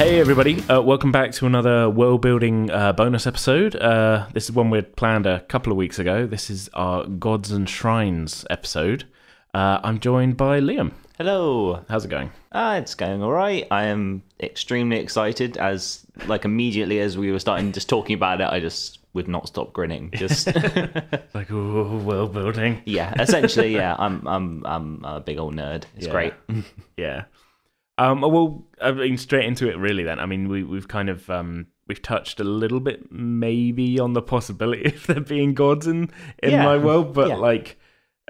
Hey everybody! Uh, welcome back to another world building uh, bonus episode. Uh, this is one we'd planned a couple of weeks ago. This is our gods and shrines episode. Uh, I'm joined by Liam. Hello. How's it going? Ah, it's going all right. I am extremely excited. As like immediately as we were starting just talking about it, I just would not stop grinning. Just Like oh, world building. yeah, essentially, yeah. I'm I'm I'm a big old nerd. It's Yeah. great. Yeah. Um, well, I mean, straight into it, really. Then, I mean, we, we've kind of um, we've touched a little bit, maybe, on the possibility of there being gods in in Yeah. my world, but Yeah. like,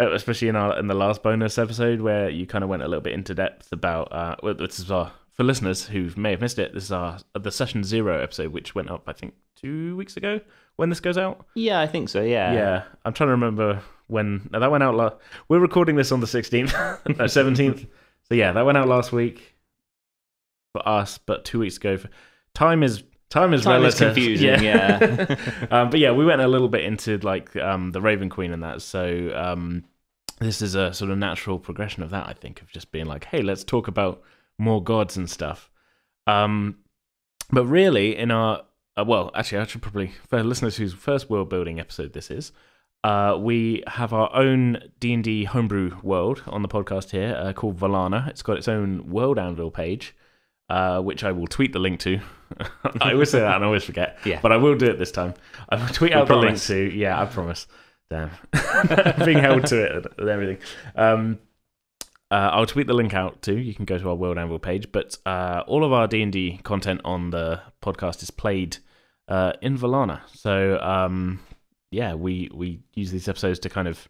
uh, especially in our in the last bonus episode where you kind of went a little bit into depth about uh, well, this is our for listeners who may have missed it. This is our the session zero episode, which went up, I think, two weeks ago when this goes out. Yeah, I think so. Yeah. Yeah, I'm trying to remember when no, that went out. La- We're recording this on the 16th, no, 17th. So yeah, that went out last week for us, but two weeks ago. For- time is time is Time is relative. confusing, yeah. um, but yeah, we went a little bit into like um, the Raven Queen and that. So um, this is a sort of natural progression of that. I think of just being like, hey, let's talk about more gods and stuff. Um, but really, in our uh, well, actually, I should probably for listeners whose first world building episode this is, uh, we have our own D and D homebrew world on the podcast here uh, called Valana. It's got its own world anvil page, uh, which I will tweet the link to. I always say that and I always forget, Yeah. but I will do it this time. I will tweet out promise. the link to. Yeah, I promise. Damn, being held to it and everything. Um, uh, I'll tweet the link out too. You can go to our World Anvil page, but uh, all of our D and D content on the podcast is played uh, in Valana. So um, yeah, we we use these episodes to kind of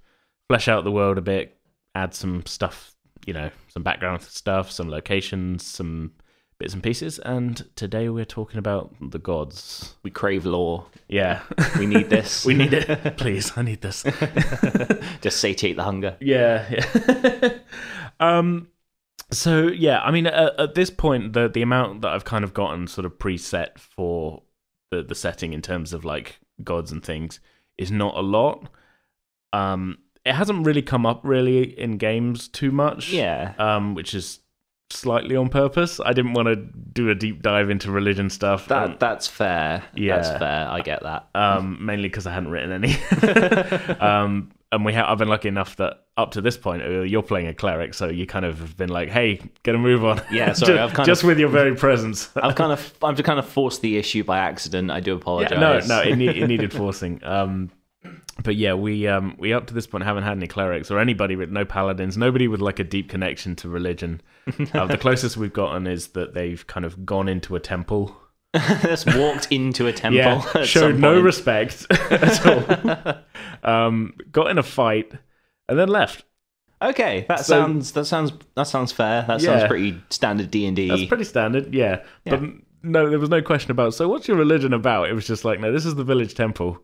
flesh out the world a bit, add some stuff, you know, some background stuff, some locations, some bits and pieces. And today we're talking about the gods. We crave lore. Yeah, We need this. we need it. Please, I need this. just satiate the hunger. Yeah. yeah. um. So yeah, I mean, at, at this point, the the amount that I've kind of gotten sort of preset for the the setting in terms of like gods and things is not a lot. Um, it hasn't really come up really in games too much. Yeah. Um, which is slightly on purpose. I didn't want to do a deep dive into religion stuff. That that's fair. Yeah. That's fair. I get that. um, mainly because I hadn't written any. um, and we ha- I've been lucky enough that up to this point, uh, you're playing a cleric, so you kind of have been like, "Hey, get a move on." Yeah, sorry, just, I've kind just of- with your very presence. I've kind of I've kind of forced the issue by accident. I do apologize. Yeah, no, no, it, need, it needed forcing. Um, but yeah, we um, we up to this point haven't had any clerics or anybody with no paladins, nobody with like a deep connection to religion. uh, the closest we've gotten is that they've kind of gone into a temple just walked into a temple. Yeah, at showed some no point. respect at all. um, got in a fight and then left. Okay, that So- sounds that sounds that sounds fair. That Yeah. sounds pretty standard D and That's D. pretty standard, yeah. But Yeah. no, there was no question about. So, what's your religion about? It was just like, no, this is the village temple,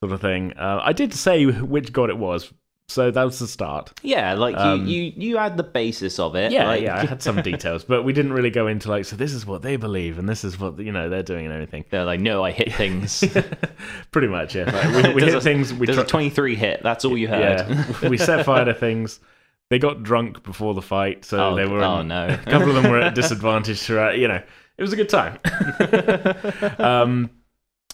sort of thing. Uh, I did say which god it was, so that was the start. Yeah, like you, you you had the basis of it. Um, Yeah, like, yeah. I had some details, but we didn't really go into like, so this is what they believe, and this is what you know they're doing, and everything. They're like, no, I hit things. Pretty much, yeah. Like, we we Does hit a- things. We There's try- a 23 hit. That's all you heard. Yeah, we set fire to things. They got drunk before the fight, so Oh, they were. oh, in- no. a couple of them were at a disadvantage throughout. You know, it was a good time. um,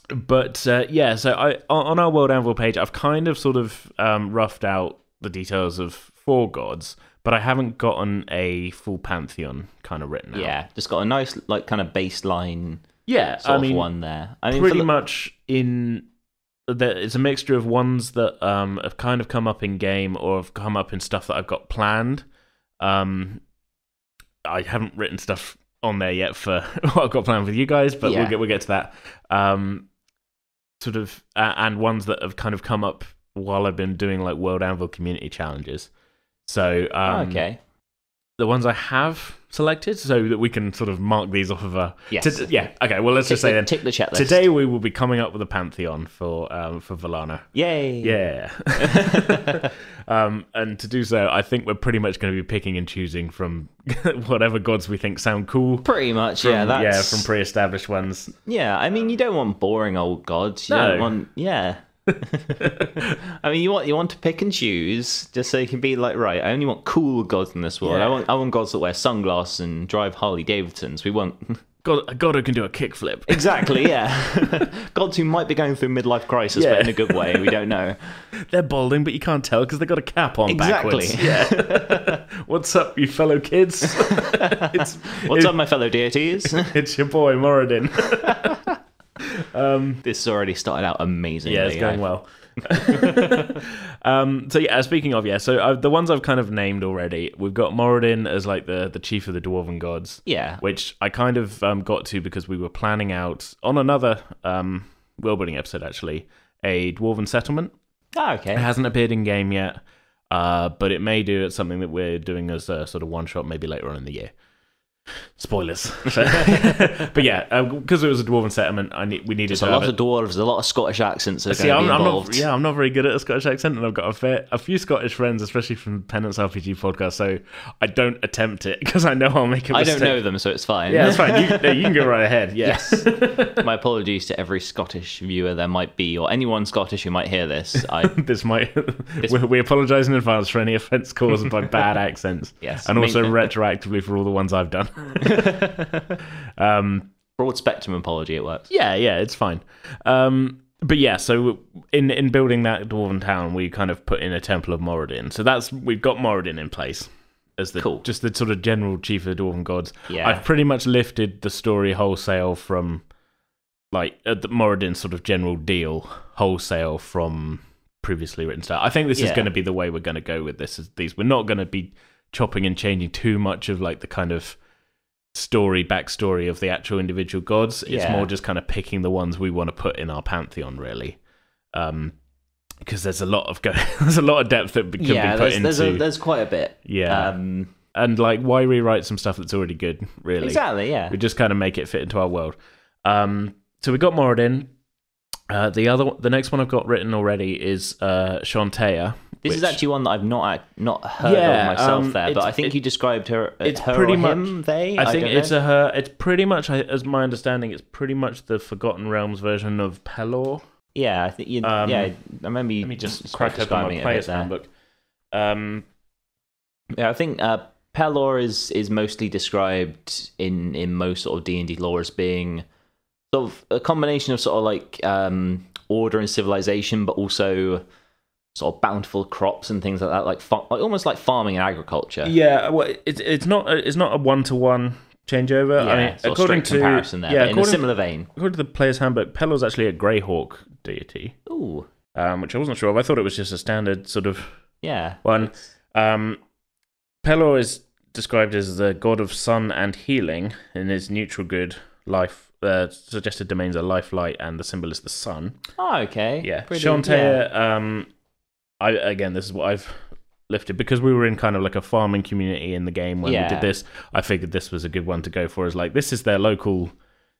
but uh, yeah, so I on on our World Anvil page, I've kind of sort of um, roughed out the details of four gods, but I haven't gotten a full pantheon kind of written out. Yeah, just got a nice like kind of baseline yeah. sort I mean, of one there. I mean, for pretty the- much in that it's a mixture of ones that um have kind of come up in game or have come up in stuff that I've got planned. Um, I haven't written stuff on there yet for what I've got planned with you guys, but we'll Yeah. get we'll get to that. Um, sort of uh, and ones that have kind of come up while I've been doing like World Anvil community challenges. So um, okay. the ones I have selected, so that we can sort of mark these off of a Yes. to- yeah okay. Well, let's Tick just say the- then tick the checklist. Today we will be coming up with a pantheon for um, for Valana. Yay. Yeah. um, and to do so, I think we're pretty much going to be picking and choosing from whatever gods we think sound cool. Pretty much. From, yeah. That's, yeah, from pre-established ones. Yeah, I mean, you don't want boring old gods. You No. don't want, yeah. I mean, you want you want to pick and choose, just so you can be like, right, I only want cool gods in this world. Yeah. I want I want gods that wear sunglasses and drive Harley Davidsons. We want God, God who can do a kickflip. Exactly, yeah. Gods who might be going through midlife crisis, Yeah. but in a good way. We don't know. They're balding, but you can't tell because they've got a cap on Exactly. backwards. Yeah. What's up, you fellow kids? it's, What's it- up, my fellow deities? It's your boy, Moradin. this has already started out amazingly. Yeah, it's going I- well. um, so yeah, speaking of yeah, so i the ones I've kind of named already, we've got Moradin as like the the chief of the dwarven gods, Yeah. which I kind of um, got to because we were planning out on another um, world building episode actually a dwarven settlement. Ah, It okay. hasn't appeared in game yet, uh, but it may do. It's something that we're doing as a sort of one shot, maybe later on in the year. Spoilers, So- but yeah, because it was a dwarven settlement, I need we needed There's to a have lot it- of dwarves, a lot of Scottish accents are See, I'm, going to be I'm involved. not, yeah, I'm not very good at a Scottish accent, and I've got a, fair, a few Scottish friends, especially from Penance RPG podcast. So I don't attempt it because I know I'll make a I mistake. don't know them, so it's fine. Yeah, that's fine. You, no, you can go right ahead. Yeah. Yes. My apologies to every Scottish viewer there might be, or anyone Scottish who might hear this. I This might. we, we apologise in advance for any offence caused by bad accents. Yes. And also Amazing. retroactively for all the ones I've done. broad spectrum apology. It works. Yeah, yeah, it's fine. Um, but yeah, so in in building that dwarven town, we kind of put in a temple of Moradin. So that's we've got Moradin in place as the Cool. just the sort of general chief of the dwarven gods. Yeah. I've pretty much lifted the story wholesale from like uh, the Moradin sort of general deal wholesale from previously written stuff. I think this is Yeah. going to be the way we're going to go with this. Is these we're not going to be chopping and changing too much of like the kind of story backstory of the actual individual gods. It's Yeah. more just kind of picking the ones we want to put in our pantheon, really. Um, because there's a lot of go- there's a lot of depth that could yeah, be put there's, into, there's, a, there's quite a bit. Yeah. Um, and like why rewrite some stuff that's already good? Really, exactly. Yeah. we just kind of make it fit into our world. Um, so we got Moradin. Uh, the other, the next one I've got written already is uh, Shantea. This is which- actually one that I've not ac- not heard Yeah, of myself um, there, but it's- I think it- you described her. uh, it's her pretty or much- him, they. I think don't it's know. a her. It's pretty much, I- as my understanding, it's pretty much the Forgotten Realms version of Pelor. yeah. I think you, um, yeah. I remember you. Let me just sp- crack open describing my it a player's bit there. handbook. Um, Yeah, I think uh, Pelor is is mostly described in in most sort of D and D lore as being sort of a combination of sort of like um, order and civilization, but also sort of bountiful crops and things like that, like, fa- like almost like farming and agriculture. yeah, well, it's it's not a, it's not a one to one changeover. Yeah, I mean, sort of according straight to comparison there, yeah, but in a according, similar vein. according to the player's handbook, Pelor's actually a Greyhawk deity, Ooh, um, which I wasn't sure of. I thought it was just a standard sort of yeah. one. Um, Pelor is described as the god of sun and healing, and his neutral good life uh, suggested domains are life, light, and the symbol is the sun. Oh, okay. Yeah, Pretty- Shantae. Um, I again, this is what I've lifted because we were in kind of like a farming community in the game when we Yeah. did this. I figured this was a good one to go for. Is like this is their local.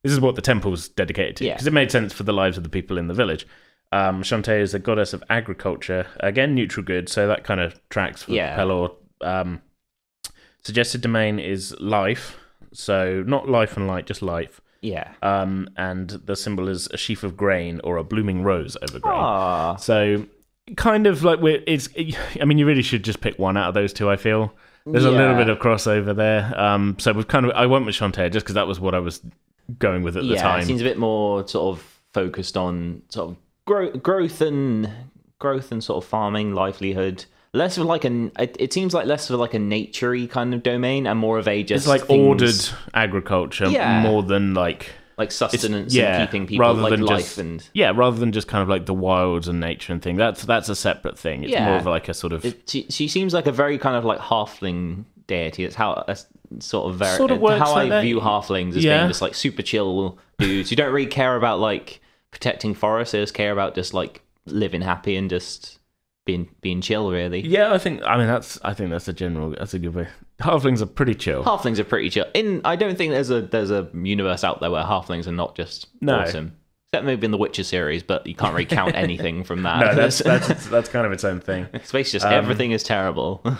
This is what the temple's dedicated to Yeah. because it made sense for the lives of the people in the village. Um, Shantae is a goddess of agriculture. Again, neutral good, so that kind of tracks for Yeah. Pelor. Um, suggested domain is life, so not life and light, just life. Yeah. Um, and the symbol is a sheaf of grain or a blooming rose over grain. Ah, So kind of like we're it's I mean you really should just pick one out of those two I feel. There's a little Yeah. bit of crossover there. Um so we've kind of I went with Shantae just cuz that was what I was going with at the yeah. time. It seems a bit more sort of focused on sort of grow- growth and growth and sort of farming livelihood. Less of like an it, it seems like less of like a naturey kind of domain and more of a just it's like things- ordered agriculture Yeah. more than like like sustenance yeah, and keeping people rather like than life just- and yeah, rather than just kind of like the wilds and nature and thing. That's that's a separate thing. It's more Yeah. of like a sort of it, she, she seems like a very kind of like halfling deity. That's how that's sort of very Sort of works how like I that. view halflings as Yeah. being just like super chill dudes who don't really care about like protecting forests. They just care about just like living happy and just being being chill. Really, Yeah, I think I mean that's I think that's a general that's a good way. Halflings are pretty chill. halflings are pretty chill. In I don't think there's a there's a universe out there where halflings are not just No. awesome. Except maybe in the Witcher series, but you can't really count anything from that. No, that's that's that's kind of its own thing. it's basically just everything is terrible. but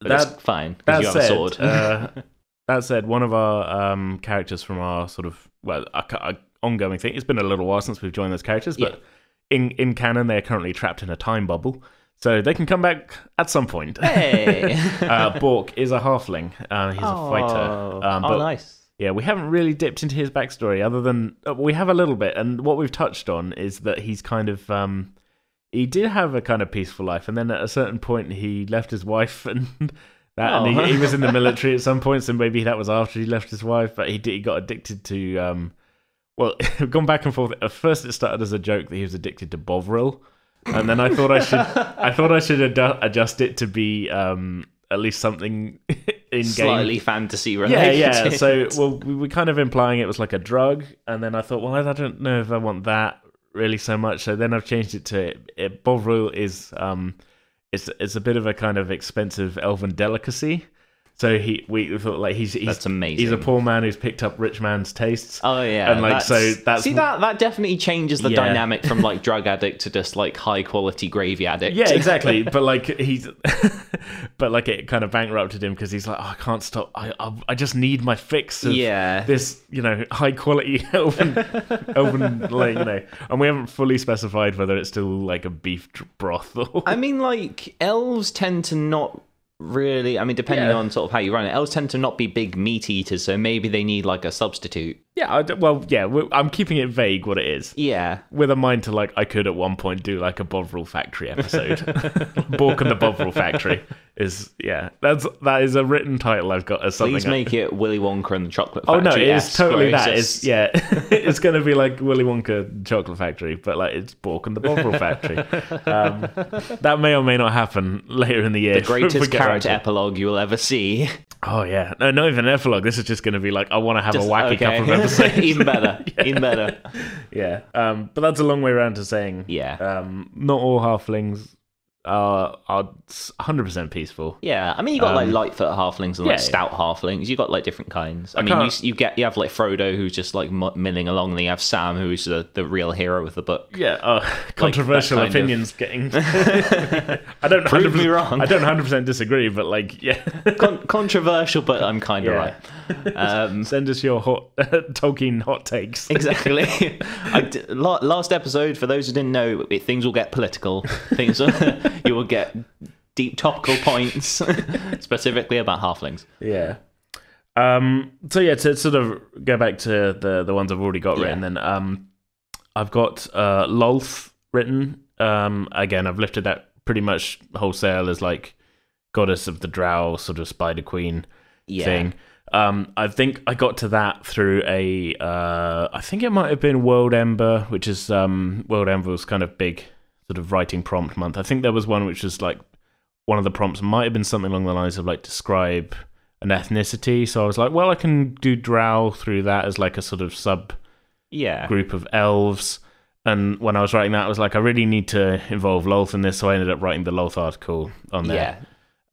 that- it's fine That because you have said, a sword. uh, that said, one of our um, characters from our sort of well, our, cu- our ongoing thing. It's been a little while since we've joined those characters, but in in canon, they are currently trapped in a time bubble, so they can come back at some point. hey. uh, Bork is a halfling. Uh, he's a fighter. Oh, Um, oh, but nice. yeah, we haven't really dipped into his backstory other than uh, we have a little bit, and what we've touched on is that he's kind of um, he did have a kind of peaceful life, and then at a certain point he left his wife and. That, and Oh. he, he was in the military at some point, so maybe that was after he left his wife. But he did, he got addicted to um, well, gone back and forth. At first, it started as a joke that he was addicted to Bovril, and then I thought I should, I thought I should adu- adjust it to be um, at least something in game. Slightly fantasy Yeah, related. yeah. So, well, we were kind of implying it was like a drug, and then I thought, well, I I don't know if I want that really so much. So then I've changed it to it, Bovril is um, it's it's a bit of a kind of expensive elven delicacy. So he we thought like he's he's That's amazing. he's a poor man who's picked up rich man's tastes. Oh yeah, And, like, so that's- see that that definitely changes the Yeah. dynamic from like drug addict to just like high quality gravy addict. Yeah, exactly. but like he's, but like it kind of bankrupted him because he's like, oh, I can't stop. I, I I just need my fix. Of Yeah. This you know high quality elven, elven like you know, and we haven't fully specified whether it's still like a beef dr- broth or. I mean, like elves tend to not really. I mean, depending Yeah. on sort of how you run it, elves tend to not be big meat eaters, so maybe they need like a substitute. yeah. I d well, yeah. we I'm keeping it vague what it is. Yeah, With a mind to like, I could at one point do like a Bovril Factory episode. Bork and the Bovril Factory is yeah. That's that is a written title I've got as something. please I- make it Willy Wonka and the Chocolate Oh Factory. no, it is esque, where totally it's that. just- It's yeah, it's going to be like Willy Wonka Chocolate Factory, but like it's Bork and the Bovril Factory. Um, that may or may not happen later in the year. the greatest character. character epilogue you will ever see. Oh yeah, no, not even an epilogue. This is just going to be like I want to have a wacky Okay. couple of episodes. even better. Even better. yeah, um, but that's a long way around to saying Yeah. Um, not all halflings are are hundred percent peaceful. Yeah, I mean, you got Um, like Lightfoot halflings and yeah. like stout halflings. You got like different kinds. I, mean, you, can't- s- you get you have like Frodo who's just like mu- milling along, and then you have Sam who's the, the real hero of the book. Yeah, uh, controversial kind of- opinions getting. I don't Prove me 100% wrong. I don't hundred percent disagree, but like, yeah. Con- controversial, but I'm kind of Yeah. right. Um, Send us your hot Tolkien hot takes. exactly. I d- la- last episode, for those who didn't know, it, things will get political. Things will- you will get deep topical points, specifically about halflings. Yeah. Um. So yeah, to sort of go back to the the ones I've already got Yeah. written, then um, I've got uh Lolth written. Um. Again, I've lifted that pretty much wholesale as like goddess of the Drow, sort of Spider Queen Yeah. thing. Um, I think I got to that through a. Uh, I think it might have been World Ember, which is um, World Ember's kind of big sort of writing prompt month. I think there was one which was like one of the prompts might have been something along the lines of like describe an ethnicity. So I was like, well, I can do Drow through that as like a sort of sub Yeah. group of elves. And when I was writing that, I was like, I really need to involve Lolth in this. So I ended up writing the Lolth article on Yeah.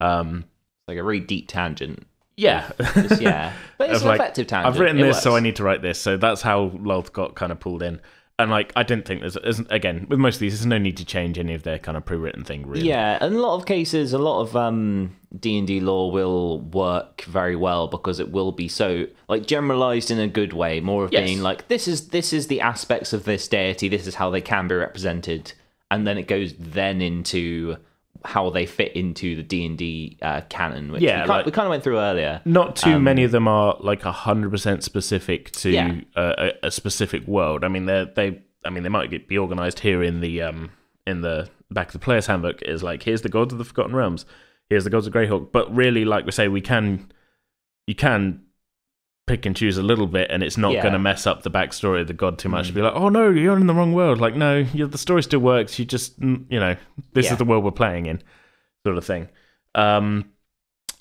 there. Um, Like a really deep tangent. yeah. It's- yeah. But it's Of, an like, effective tangent. I've written It this, so works. I need to write this. So that's how Lolth got kind of pulled in. And like, I didn't think there's, there's again with most of these, there's no need to change any of their kind of pre-written thing, really. Yeah, in a lot of cases, a lot of um, D&D lore will work very well because it will be so like generalized in a good way, more of Yes. being like this is this is the aspects of this deity, this is how they can be represented, and then it goes then into how they fit into the D&D uh, canon, which Yeah, we, kind, like- we kind of went through earlier. Not too many of them are like hundred percent specific to Um, uh, Yeah. a, a, a specific world. I mean, they they I mean they might get, be organized here in the um in the back of the player's handbook is like here's the gods of the Forgotten Realms, here's the gods of Greyhawk. But really, like we say, we can you can pick and choose a little bit, and it's not Yeah. Mm. going to mess up the backstory of the god too much. To be like, oh no, you're in the wrong world. Like no, you the story still works. You just mm, you know this Yeah. is the world we're playing in, sort of thing. Um,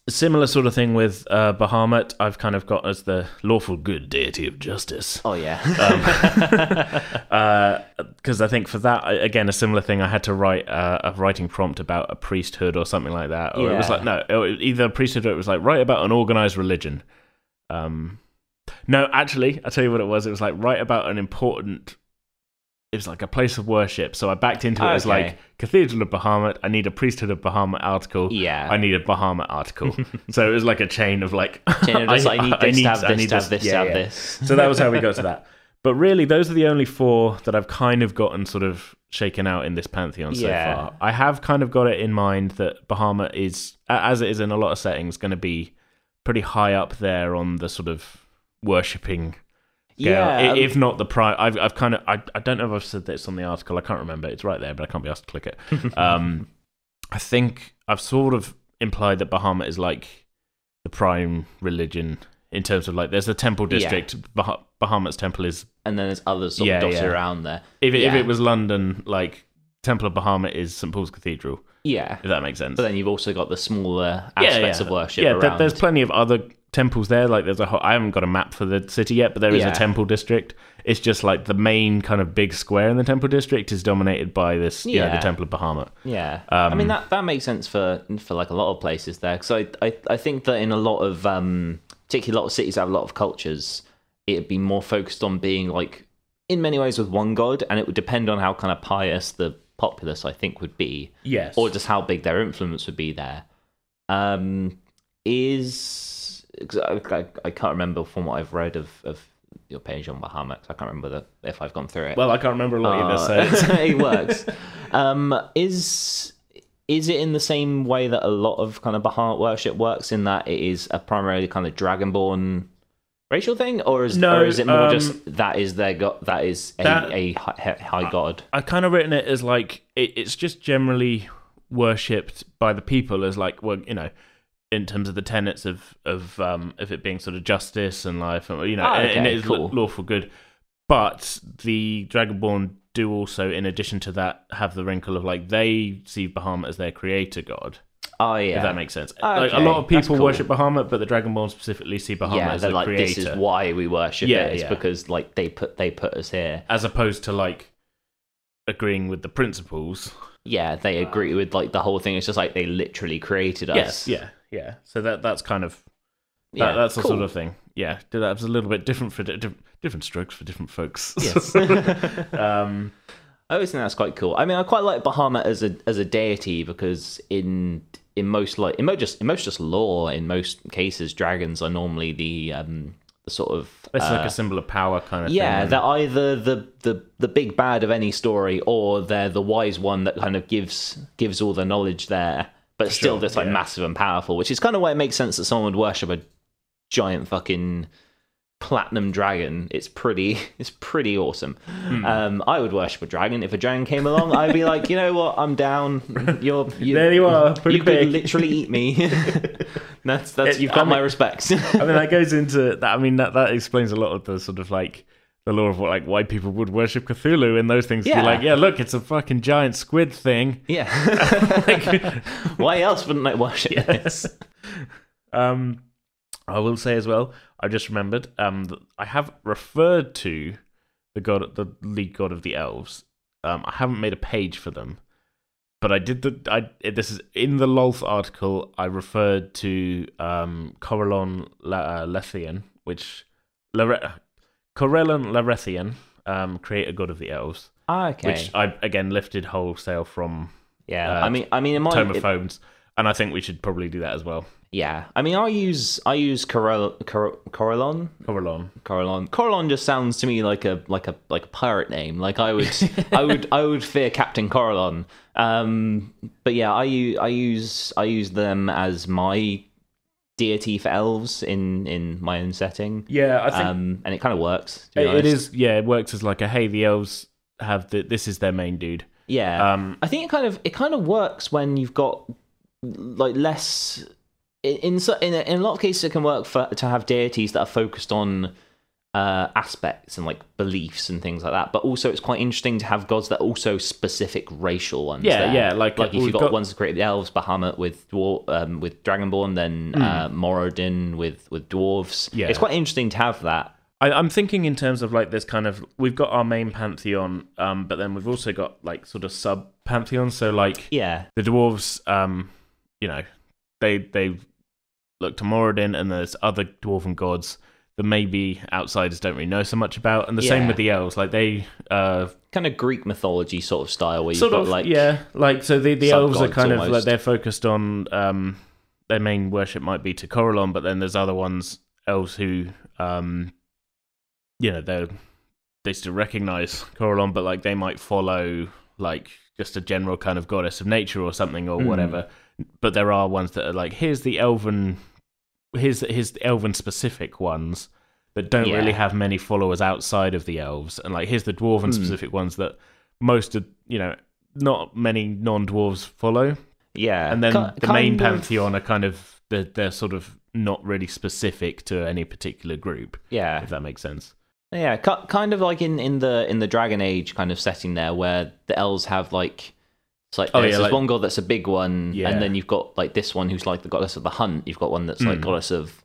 similar sort of thing with uh, Bahamut. I've kind of got as the lawful good deity of justice Oh yeah, Um, because I think for that I- again a similar thing. I had to write uh, a writing prompt about a priesthood or something like that, or it was Yeah. like no, it- either a priesthood or it was like write about an organized religion. Um, no, actually, I'll tell you what it was. It was like write about an important. It was like a place of worship. So I backed into it as Okay. like Cathedral of Bahamut. I need a priesthood of Bahamut article. Yeah. I need a Bahamut article. so it was like a chain of like. You know, just, I, need this to have I this need to have this to Yeah, have yeah. this. So that was how we got to that. But really, those are the only four that I've kind of gotten sort of shaken out in this pantheon so Yeah. far. I have kind of got it in mind that Bahama is, a- as it is in a lot of settings, going to be pretty high up there on the sort of worshipping girl, Yeah, i- um, if not the prime. I've, I've kind of, I, I don't know if I've said this on the article. I can't remember. It's right there, but I can't be asked to click it. Um, I think I've sort of implied that Bahama is like the prime religion in terms of like, there's the temple Yeah. district. Bah- Bahamut's temple is and then there's others sort Yeah, of dotted yeah. around there. If it, if Yeah. it was London, like Temple of Bahama is St Paul's Cathedral, Yeah. if that makes sense. But then you've also got the smaller Yeah, aspects yeah. of worship yeah, around. there- there's plenty of other temples there. Like there's a whole, I haven't got a map for the city yet, but there is Yeah. a temple district. It's just like the main kind of big square in the temple district is dominated by this, yeah, Yeah. the Temple of Bahama. Yeah, I Um, mean that that makes sense for for like a lot of places there because I, I I think that in a lot of um particularly a lot of cities that have a lot of cultures, it'd be more focused on being like in many ways with one god, and it would depend on how kind of pious the populace I think would be, Yes. or just how big their influence would be there. Um, is 'cause I, I, I can't remember from what I've read of of your page on Bahamas. I can't remember that if I've gone through it. well, I can't remember a lot either. So it's- Uh, it works. Um, is is it in the same way that a lot of kind of Baha'i worship works in that it is a primarily kind of dragonborn racial thing, or is No, or is it more um, just that is their god that is a, That- a hi- hi- high god? I've kind of written it as like it, it's just generally worshipped by the people as like well you know in terms of the tenets of of um of it being sort of justice and life and you know Ah, and- and okay, it is cool. lawful good but the dragonborn do also in addition to that have the wrinkle of like they see bahama as their creator god Oh yeah, if that makes sense Ah, like a okay, lot of that's people cool. worship bahama but the dragonborn specifically see bahama yeah. as They're the like creator this is why we worship Yeah, it. It's yeah. because like they put they put us here. as opposed to like agreeing with the principles Yeah, they agree with like the whole thing. It's just like they literally created us. yeah yeah so that that's kind of Yeah, that, that's the cool. sort of thing. Yeah, do that was a little bit different for di- diff- different strokes for different folks. Yes. um, I always think that's quite cool. I mean, I quite like Bahama as a as a deity because in in most like in most just in most just lore, in most cases, dragons are normally the um the sort of it's uh, like a symbol of power kind of yeah, thing. they're either the, the the big bad of any story or they're the wise one that kind of gives gives all the knowledge there, but still sure, that's like yeah. massive and powerful, which is kind of why it makes sense that someone would worship a giant fucking platinum dragon. It's pretty it's pretty awesome. Hmm. Um, I would worship a dragon if a dragon came along. I'd be like, you know what, I'm down. You're you, There you are, pretty you could big. literally eat me. that's that's It- you've I got my mean- respects. I mean, that goes into that. I mean, that that explains a lot of the sort of like the law of what like why people would worship Cthulhu and those things. Yeah. You're like, yeah, look, it's a fucking giant squid thing. yeah. Like, Why else wouldn't I worship this? um, I will say as well. I just remembered. Um, that I have referred to the god, the lead god of the elves. Um, I haven't made a page for them, but I did the. I it- this is in the Lolth article. I referred to um Corellon La, uh, Lethian, which Lare- Corellon Larethian, um, creator god of the elves, Ah, okay. which I again lifted wholesale from yeah, uh, I mean, I mean, in my Tome of Phones, and I think we should probably do that as well. yeah, I mean, I use I use Corel, Cor, Corellon, Corellon. Corellon. Corellon just sounds to me like a like a like a pirate name. Like I would I would I would fear Captain Corellon. Um, but yeah, I use I use I use them as my deity for elves in in my own setting. Yeah, I think Um, and it kind of works. to be It- it honest. is. Yeah, it works as like a hey, the elves have the this is their main dude. Yeah, Um, I think it kind of it kind of works when you've got like less in in so- in a, in a lot of cases it can work for to have deities that are focused on uh aspects and like beliefs and things like that but also it's quite interesting to have gods that are also specific racial ones Yeah, there. yeah, like- like if we've you've got, got- ones that created elves bahamut with dwar- um with dragonborn then uh morodin with with dwarves Hmm. Yeah. it's quite interesting to have that I, I'm thinking in terms of like this kind of we've got our main pantheon, um, but then we've also got like sort of sub pantheons. So like yeah the dwarves, um, you know, they they look to Moradin, and there's other dwarven gods that maybe outsiders don't really know so much about, and the Yeah. same with the elves. Like they uh, kind of greek mythology sort of style where you've sort got of like yeah like so the, the elves are sub-gods kind of like almost. they're focused on um their main worship might be to Corallon, but then there's other ones elves who um you know they're they still recognize Corallon, but like they might follow like just a general kind of goddess of nature or something or Mm. whatever but there are ones that are like here's the elven here's here's the elven specific ones that don't Yeah. Hmm. really have many followers outside of the elves. And like here's the dwarven specific ones that most of you know not many non dwarves follow. Yeah, And then Ki- the main kind of- pantheon are kind of they're, they're sort of not really specific to any particular group, Yeah, if that makes sense. Yeah, ki- kind of like in, in the in the Dragon Age kind of setting there, where the elves have like it's like Oh, there's yeah, this like- one god that's a big one, Yeah. and then you've got like this one who's like the goddess of the hunt. You've got one that's like Mm. goddess of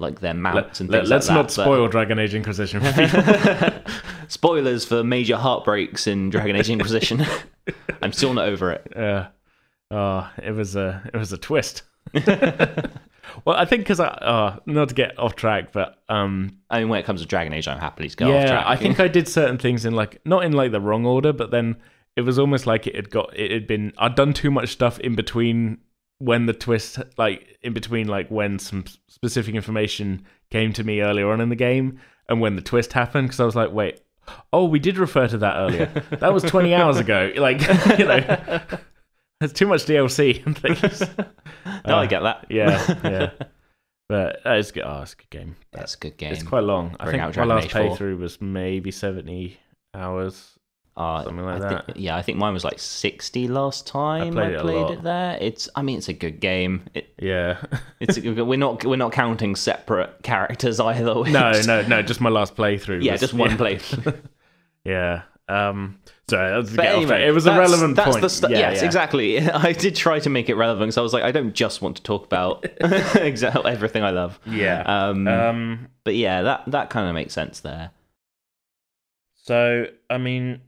like their Let, mounts and let, things us like not that. spoil Dragon Age Inquisition for people. but- Spoilers for major heartbreaks in Dragon Age Inquisition. I'm still not over it. uh, oh, it was a it was a twist. well, I think because I uh, not to get off track, but um, I mean, when it comes to Dragon Age, I'm happily to go off yeah, track. I think I did certain things in like not in like the wrong order, but then it was almost like it had got it had been I'd done too much stuff in between when the twist like in between like when some s- specific information came to me earlier on in the game and when the twist happened because I was like wait oh we did refer to that earlier that was 20 hours ago like you know there's too much DLC and things no, uh, I get that. yeah, yeah. But uh, it's good. Oh, it's a good game. That's a good game. It's quite long. I Bring out think my Dragon last Age 4. playthrough was maybe seventy hours. Uh, Something like I thi- that. yeah, I think mine was like 60 last time I played it played, it, a lot. there. It's I mean it's a good game. It, Yeah. it's a good, we're not we're not counting separate characters either. We're no, just- no, no. Just my last playthrough. Yeah, was- just one yeah, play. Yeah. Um. Sorry, that was But get off anyway, track. It was a that's- relevant that's point. The stu- yeah, yes, yeah. exactly. I did try to make it relevant because I was like, I don't just want to talk about exactly everything I love. Yeah. Um, um. but yeah, that that kind of makes sense there. So I mean,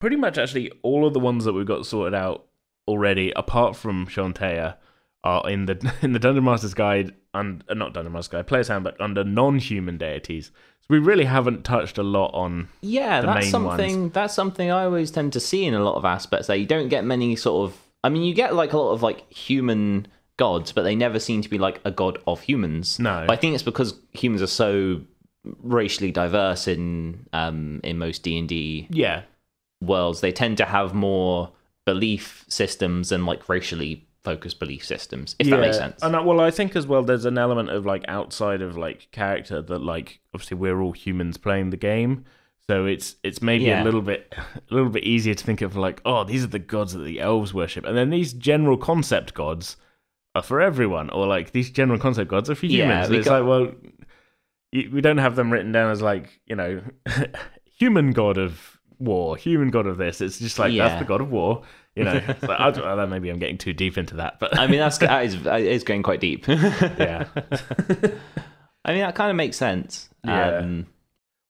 pretty much actually all of the ones that we've got sorted out already, apart from Shantae, are in the in the Dungeon Master's Guide and uh, not Dungeon Master's Guide, Player's Handbook under non-human deities. So we really haven't touched a lot on. Yeah, the that's main ones. something. That's something I always tend to see in a lot of aspects. There, you don't get many sort of. I mean, you get like a lot of like human gods, but they never seem to be like a god of humans. No. but I think it's because humans are so racially diverse in um in most D and D Yeah. worlds. They tend to have more belief systems and like racially focused belief systems. If that makes sense. And I, well, I think as well, there's an element of like outside of like character that like obviously we're all humans playing the game, so it's it's maybe a Yeah. little bit a little bit easier to think of like oh these are the gods that the elves worship, and then these general concept gods are for everyone, or like these general concept gods are for Yeah, humans. and we it's got- like well, y- we don't have them written down as like you know human god of war, human god of this. It's just like Yeah. that's the god of war. You know, so I don't, I don't know, maybe I'm getting too deep into that, but I mean, that's that is, that is going quite deep. I yeah. mean, that kind of makes sense. Yeah. Um,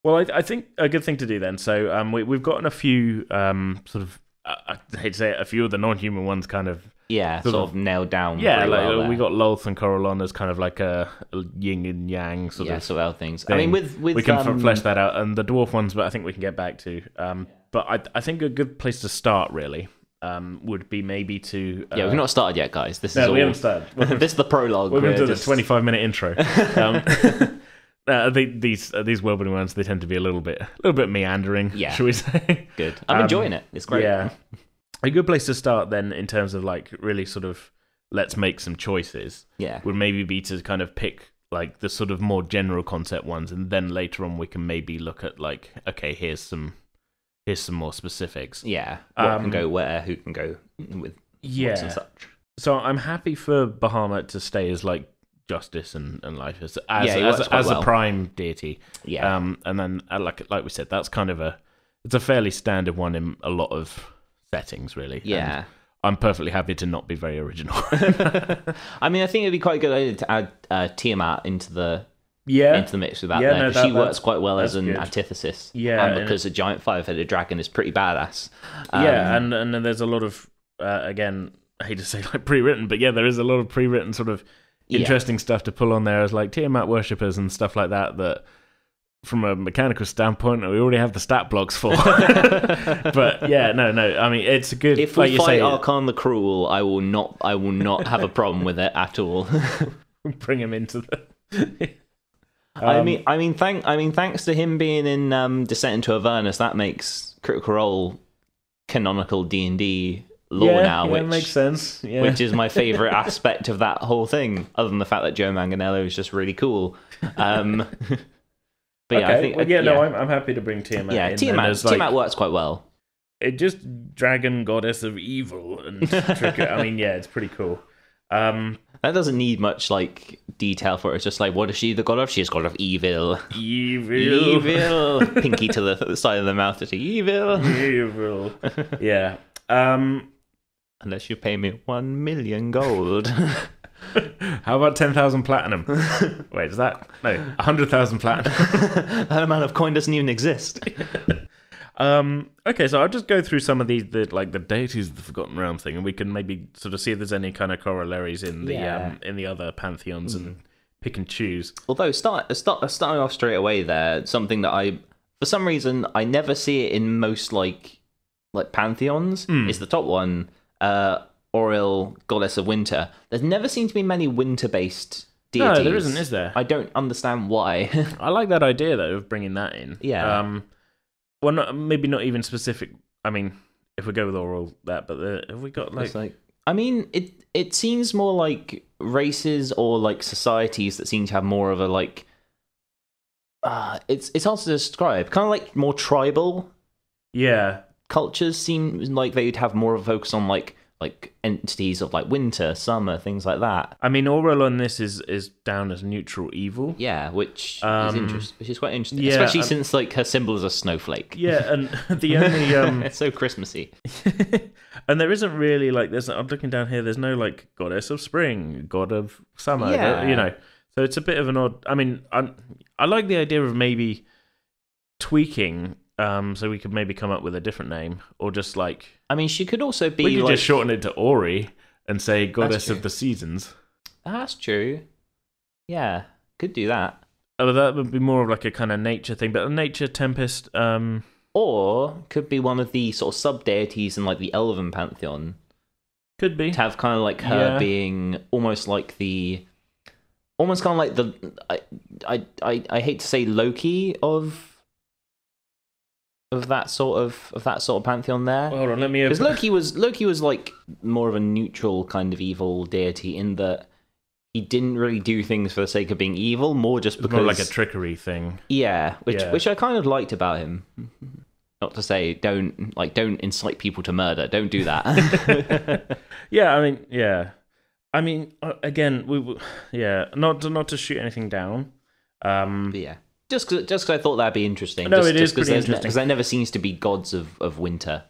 Well, I, I think a good thing to do then. So um, we, we've gotten a few um, sort of, uh, I hate to say it, a few of the non-human ones kind of. yeah, Sort sort, of- of, nailed down. Yeah, pretty like well uh, we there. got Lolth and Corallon as kind of like a, a yin and yang sort yeah, of. sort of other things. thing. I mean, with with we can f- um, flesh that out, and the dwarf ones, but I think we can get back to. Um, But I, I think a good place to start really um, would be maybe to. Uh, yeah, we've not started yet, guys. This is No, all, we haven't started. this is the prologue. We're going we're to do the just- 25 minute intro. Um, uh, the, these uh, these world building ones they tend to be a little bit a little bit meandering, Yeah. shall we say? Good. I'm Um, enjoying it. It's great. Yeah, a good place to start then in terms of like really sort of let's make some choices yeah, would maybe be to kind of pick like the sort of more general concept ones, and then later on we can maybe look at like okay here's some here's some more specifics. yeah. What Um, can go where? Who can go with? What's and such. So I'm happy for Bahamut to stay as like justice and, and life as as, Yeah, he as, works quite as well. a prime deity. Yeah. Um, and then uh, like like we said, that's kind of a it's a fairly standard one in a lot of settings, really. yeah. And I'm perfectly happy to not be very original. I mean, I think it'd be quite a good idea to add uh, Tiamat into the yeah. into the mix with that. Yeah, there, no, 'cause that- she works that's- quite well as that's an good. antithesis. Yeah, and and because a giant five-headed dragon is pretty badass. Um, yeah, and and then there's a lot of uh, again, I hate to say like pre-written, but yeah, there is a lot of pre-written sort of Yeah. interesting stuff to pull on there as like Tiamat worshippers and stuff like that. That from a mechanical standpoint, we already have the stat blocks for. but yeah, no, no. I mean, it's a good. If like we you fight say, Archon the Cruel, I will not. I will not have a problem with it at all. bring him into the. I Um, mean, I mean, thank, I mean, thanks to him being in um, Descent into Avernus, that makes Critical Role canonical D and D lore yeah, now, yeah, which makes sense. Yeah. which is my favorite aspect of that whole thing, other than the fact that Joe Manganello is just really cool. Um, but yeah, okay. I think well, yeah, no, yeah, I'm, I'm happy to bring Tiamat. yeah, in. and Tiamat, there's, like, Tiamat works quite well. it just dragon goddess of evil and trick. I mean, yeah, it's pretty cool. Um, That doesn't need much like detail for it. It's just like, what is she the god of? She is god of evil. evil, Evil. Pinky to the side of the mouth. It's evil. evil. yeah. Um, Unless you pay me one million gold. how about ten thousand platinum? Wait, is that no hundred thousand platinum? that amount of coin doesn't even exist. Um, okay, so I'll just go through some of these, the, like the deities of the Forgotten Realm thing, and we can maybe sort of see if there's any kind of corollaries in the Yeah. um, in the other pantheons and pick and choose. Although start, start starting off straight away there, something that I for some reason I never see it in most like like pantheons is the top one, uh Oril, goddess of winter. There's never seemed to be many winter based No, deities. there isn't, is there? I don't understand why. I like that idea though of bringing that in. Yeah. Um, well, not, maybe not even specific. I mean, if we go with oral that, but the, have we got like, It's like I mean it it seems more like races or like societies that seem to have more of a like uh it's it's hard to describe. Kind of like more tribal yeah, cultures seem like they'd have more of a focus on like like entities of like winter, summer, things like that. I mean, oral on this is is down as neutral evil. Yeah, which is Um, interest, which is quite interesting, yeah, especially um, since like her symbol is a snowflake. Yeah, and the only um, it's so Christmassy. and there isn't really like there's I'm looking down here. There's no like goddess of spring, god of summer. Yeah. the- you know. So it's a bit of an odd. I mean, I I like the idea of maybe tweaking. Um, so we could maybe come up with a different name, or just like I mean, she could also be we could like just shorten it to Ori and say goddess true. of the seasons. that's true. Yeah, could do that. Oh, that would be more of like a kind of nature thing, but nature tempest. Um, Or could be one of the sort of sub deities in like the Elven pantheon. could be. to have kind of like her Yeah. being almost like the almost kind of like the I, I i i hate to say loki of of that sort of of that sort of pantheon there Hold on, let me. because Open... loki was loki was like more of a neutral kind of evil deity in that he didn't really do things for the sake of being evil more just It's because more like a trickery thing. yeah which Yeah. which i kind of liked about him not to say don't like don't incite people to murder don't do that Yeah, I mean, yeah, I mean, uh, again, we, we yeah, not to, not to shoot anything down. Um, But yeah, just cause, just 'cause I thought that'd be interesting. No, just, it just is pretty interesting. because there never seems to be gods of, of winter.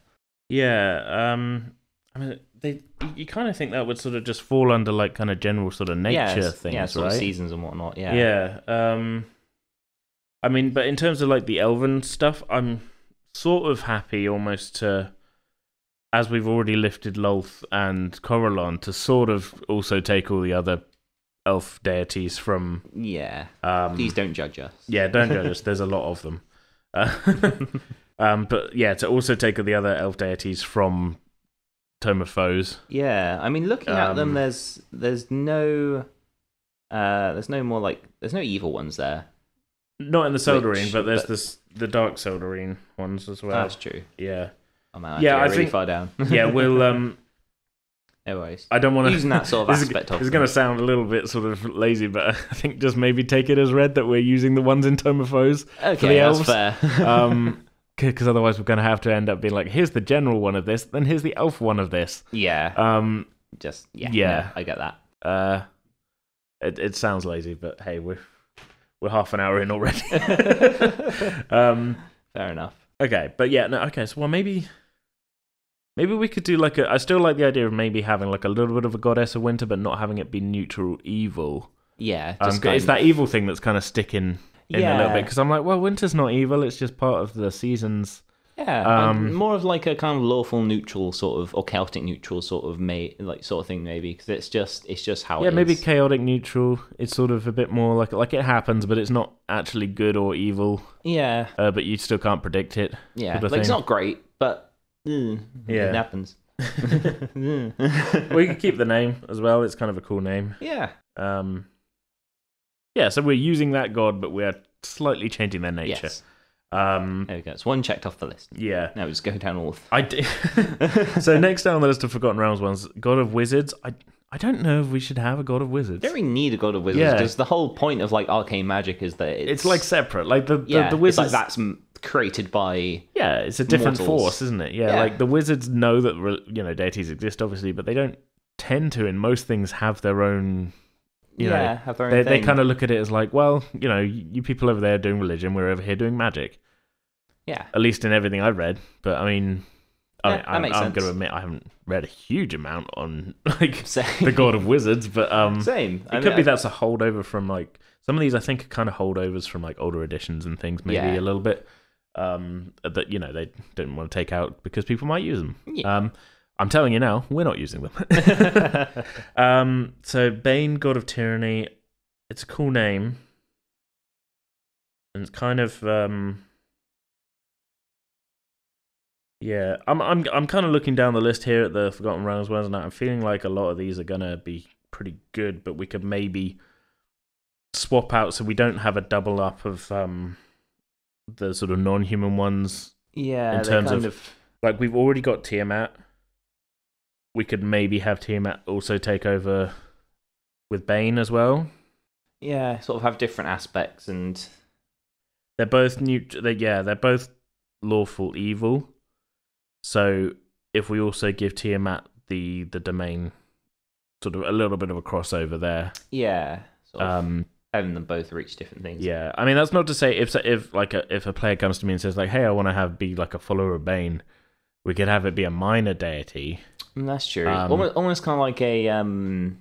yeah, um, I mean, they you kind of think that would sort of just fall under like kind of general sort of nature yeah, it's- things, yeah, sort right? of seasons and whatnot. Yeah, Yeah. Um I mean, but in terms of like the elven stuff, I'm sort of happy almost to as we've already lifted Lolth and Corallon to sort of also take all the other elf deities from yeah. um Please don't judge us. yeah, don't judge us. There's a lot of them. Uh, um but yeah, to also take all the other elf deities from Tome of Foes. Yeah, I mean, looking at Um, them, there's there's no, uh, there's no more like there's no evil ones there. Not in the Soldarine, Which- but there's but- this the dark Soldarine ones as well. That's true. yeah. Oh man, I Yeah, yeah, I really think- far down. Yeah, we'll um no worries. I don't want to Using that sort of aspect of It's them. going to sound a little bit sort of lazy, but I think just maybe take it as read that we're using the ones in Tome of Foes, Okay, elves, Um, that's fair. because otherwise we're going to have to end up being like, here's the general one of this, then here's the elf one of this. yeah, Um, just yeah, yeah. no, I get that. uh, it it sounds lazy, but hey, we're we're half an hour in already. um, Fair enough. okay, but yeah, no, okay. So well, maybe. Maybe we could do like a. I still like the idea of maybe having like a little bit of a goddess of winter, but not having it be neutral evil. Yeah, just Um, kind it's of- that evil thing that's kind of sticking in a little Yeah. bit because I'm like, well, winter's not evil; it's just part of the seasons. Yeah, Um, um, more of like a kind of lawful neutral sort of or Celtic neutral sort of may like sort of thing maybe because it's just it's just how Yeah, it maybe is. chaotic neutral. It's sort of a bit more like like it happens, but it's not actually good or evil. yeah Uh, but you still can't predict it. yeah sort like of it's thing. not great but mm, Yeah. it happens Mm. we could keep the name as well. It's kind of a cool name. yeah Um, yeah, so we're using that god, but we are slightly changing their nature. yes Um, There we go. It's one checked off the list. yeah. Now we just go down all of I d- so next down on the list of Forgotten Realms ones, God of Wizards. I I don't know if we should have a God of Wizards. Don't really need a God of Wizards Yeah. because the whole point of like arcane magic is that it's, it's like separate. Like the the, yeah, the it's like wizards. that's m- created by Yeah, it's a different mortals. force, isn't it? Yeah, Yeah. like the wizards know that re- you know deities exist, obviously, but they don't tend to. In most things, have their own. You yeah, know, have their own they, they thing. kind of look at it as like, well, you know, you people over there doing religion, we're over here doing magic. yeah. At least in everything I've read, but I mean, I, Yeah, that I, makes I'm going sense. to admit I haven't read a huge amount on like Same. the God of Wizards, but um, Same. it could be that's a holdover from like some of these. I think are kind of holdovers from like older editions and things, maybe Yeah. a little bit. Um, that you know they didn't want to take out because people might use them. Yeah. Um, I'm telling you now, we're not using them. um, so Bane, God of Tyranny, it's a cool name, and it's kind of um, yeah. I'm I'm I'm kind of looking down the list here at the Forgotten Realms ones, and I'm feeling like a lot of these are gonna be pretty good, but we could maybe swap out so we don't have a double up of um the sort of non-human ones yeah. in they're terms kind of- like we've already got Tiamat. We could maybe have Tiamat also take over with Bane as well. yeah, sort of have different aspects and They're both new. They, yeah, they're both lawful evil. So if we also give Tiamat the the domain, sort of a little bit of a crossover there. Oh, yeah, Uh, sort of Um, having them both reach different things. Yeah, I mean that's not to say if if like a, if a player comes to me and says like, "Hey, I want to have be like a follower of Bane," we could have it be a minor deity. Mm, that's true. Um, almost, almost kind of like a um,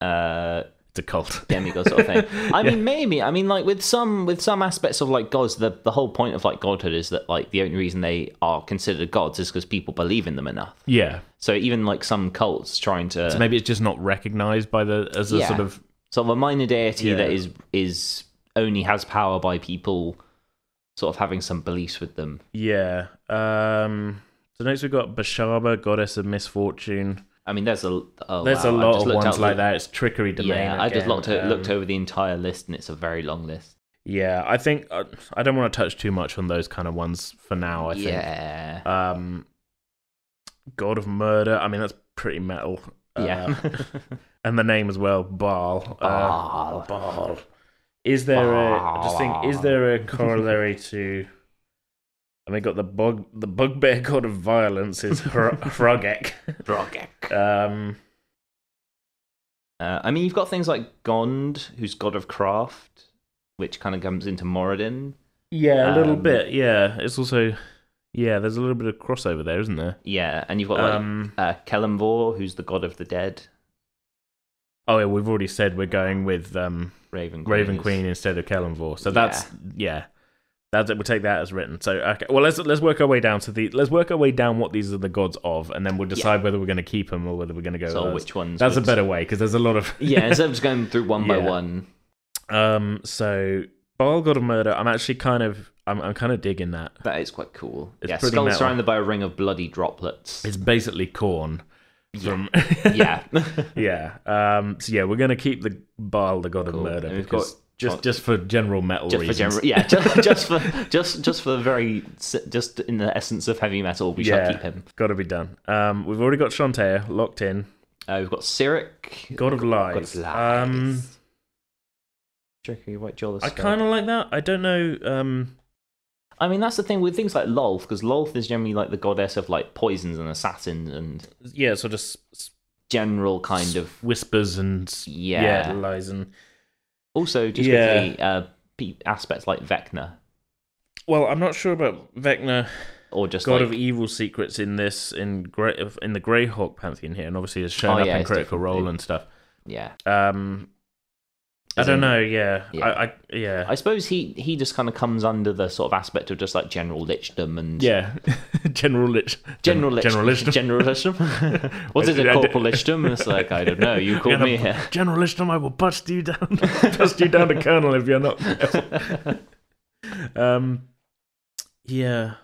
uh, It's a cult. demigod sort of thing. I mean, maybe. I mean, like with some with some aspects of like gods, the the whole point of like godhood is that like the only reason they are considered gods is because people believe in them enough. Yeah, So even like some cults trying to so maybe it's just not recognized by the as a Yeah. sort of sort of a minor deity Yeah. that is is only has power by people sort of having some beliefs with them. yeah. Um, so next we've got Bashaba, goddess of misfortune. I mean, there's a oh, There's wow, a I've lot just of looked ones out like the- that. It's trickery domain. Yeah, I just again. looked o- Um, looked over the entire list, and it's a very long list. Yeah, I think uh, I don't want to touch too much on those kind of ones for now. I think. yeah, Um, God of Murder. I mean, that's pretty metal. Uh, yeah. and the name as well, Baal. Uh, Baal. Baal. Is there a? I just think, is Baal. there a corollary to? And we got the bug, the bugbear god of violence is Hro- Hrogek. Brogek. Um, Uh, I mean, you've got things like Gond, who's god of craft, which kind of comes into Moradin. yeah, a little Um, bit. Yeah, it's also, yeah, there's a little bit of crossover there, isn't there? Yeah, and you've got like um, uh, Kellenvor, who's the god of the dead. oh yeah, we've already said we're going with um, Raven Queen. Raven is- Queen instead of Kellenvor. So that's yeah. That's it. We'll take that as written. So okay. Well, let's let's work our way down to the let's work our way down what these are the gods of, and then we'll decide whether we're going to keep them or whether we're going to go. So with others. which ones? uh, That's a would- better way because there's a lot of yeah, instead of just going through one by Yeah. one. um. So Baal God of Murder. I'm actually kind of I'm I'm kind of digging that. That is quite cool. It's yeah, pretty skull metal. surrounded by a ring of bloody droplets. It's basically corn. From yeah. yeah. Um. So yeah, we're going to keep the Baal the God Cool. of Murder And we've because got- just just for general metal just for reasons. general, yeah, just, just for just just for the very s- just in the essence of heavy metal, we shall keep him. Got to be done. Um. We've already got Shantae locked in. Uh, we've got Cyric, God of God Lies. of Lies. Um. Trickery, White Jawless I Skull. kind of like that. I don't know. Um, I mean, that's the thing with things like Lolth, because Lolth is generally like the goddess of like poisons and assassins and yeah, sort of s- s- general kind of. whispers and s- Yeah. lies and. Also, just Yeah. quickly, uh, pe- aspects like Vecna Well, I'm not sure about Vecna, or just God like, of E Evil Secrets in this in Grey, in the Greyhawk pantheon here, and obviously has Oh, shown up yeah, in it's Critical different. Role and stuff. yeah. Um, I Is don't in- know. Yeah, Yeah. I, I yeah, I suppose he he just kind of comes under the sort of aspect of just like general lichdom and yeah. General Lich, general lich- General Lich. general lichdom. what is it, I- I- corporal lichdom? It's like I don't know. You called General- me here. General Lichtenstein, I will bust you down, bust you down to Colonel if you're not. careful. um, yeah,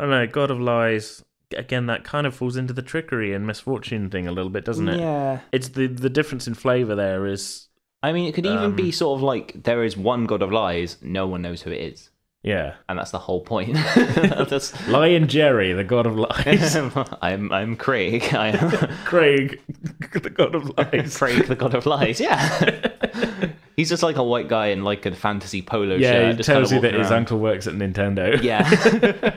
I don't know. God of Lies. Again, that kind of falls into the trickery and misfortune thing a little bit, doesn't it? Yeah. It's the the difference in flavor there is I mean, it could even Um, be sort of like there is one god of lies, no one knows who it is. Yeah. and that's the whole point. That's- Lion Jerry, the god of lies. I'm I'm Craig. I am Craig, the god of lies. Craig, the God of Lies. Yeah, he's just like a white guy in like a fantasy polo shirt. Yeah, he just kinda tells you that walking his around. uncle works at Nintendo. Yeah.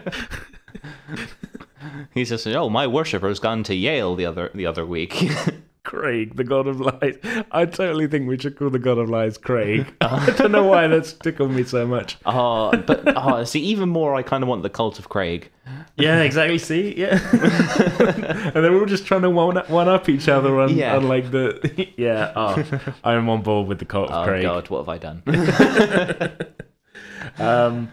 He's just oh my worshipper's gone to Yale the other the other week. Craig, the god of lies. I totally think we should call the god of lies Craig. Uh-huh. I don't know why that's tickled me so much. oh, but oh, see, even more, I kind of want the cult of Craig. Yeah, exactly. See, yeah, and then we're all just trying to one up, one up each other on, Yeah. on like the yeah. Oh, I'm on board with the cult of Oh Craig. God, what have I done? Um,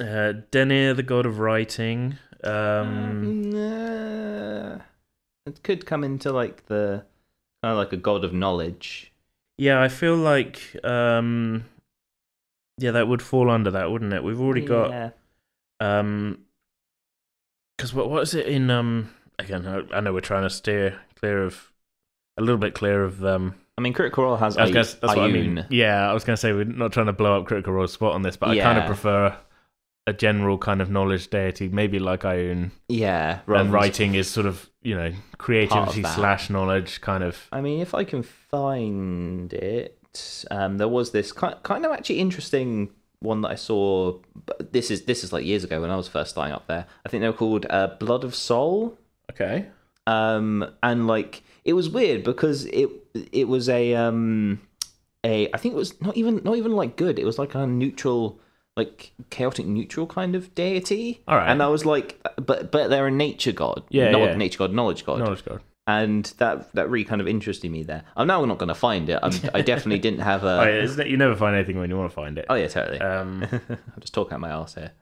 uh, Denir, the god of writing. Oh, Um, Mm, uh, it could come into like the kind of like a god of knowledge. yeah, I feel like um, yeah, that would fall under that, wouldn't it? We've already got Yeah. Um, because what what is it in um? Again, I, I know we're trying to steer clear of a little bit clear of um. I mean, Critical Role has I was Ay- gonna, that's what I mean. Ayun. Yeah, I was gonna say we're not trying to blow up Critical Role's spot on this, but I kind of Yeah. prefer a general kind of knowledge deity, maybe like Ioun. Yeah, Um, rather And than- writing is sort of you know creativity that. slash knowledge kind of. I mean, if I can find it, um, there was this ki- kind of actually interesting one that I saw. But this is this is like years ago when I was first starting up there. I think they were called uh, Blood of Soul. Okay. um and like it was weird because it it was a um a I think it was not even not even like good it was like a neutral like chaotic neutral kind of deity All right. and I was like but but they're a nature god Yeah, not yeah. nature god knowledge god Knowledge god. and that that really kind of interested me there I'm now not going to find it I'm, I definitely didn't have Oh, a yeah, isn't it? You never find anything when you want to find it. oh yeah totally Um, I'm just talking out my ass here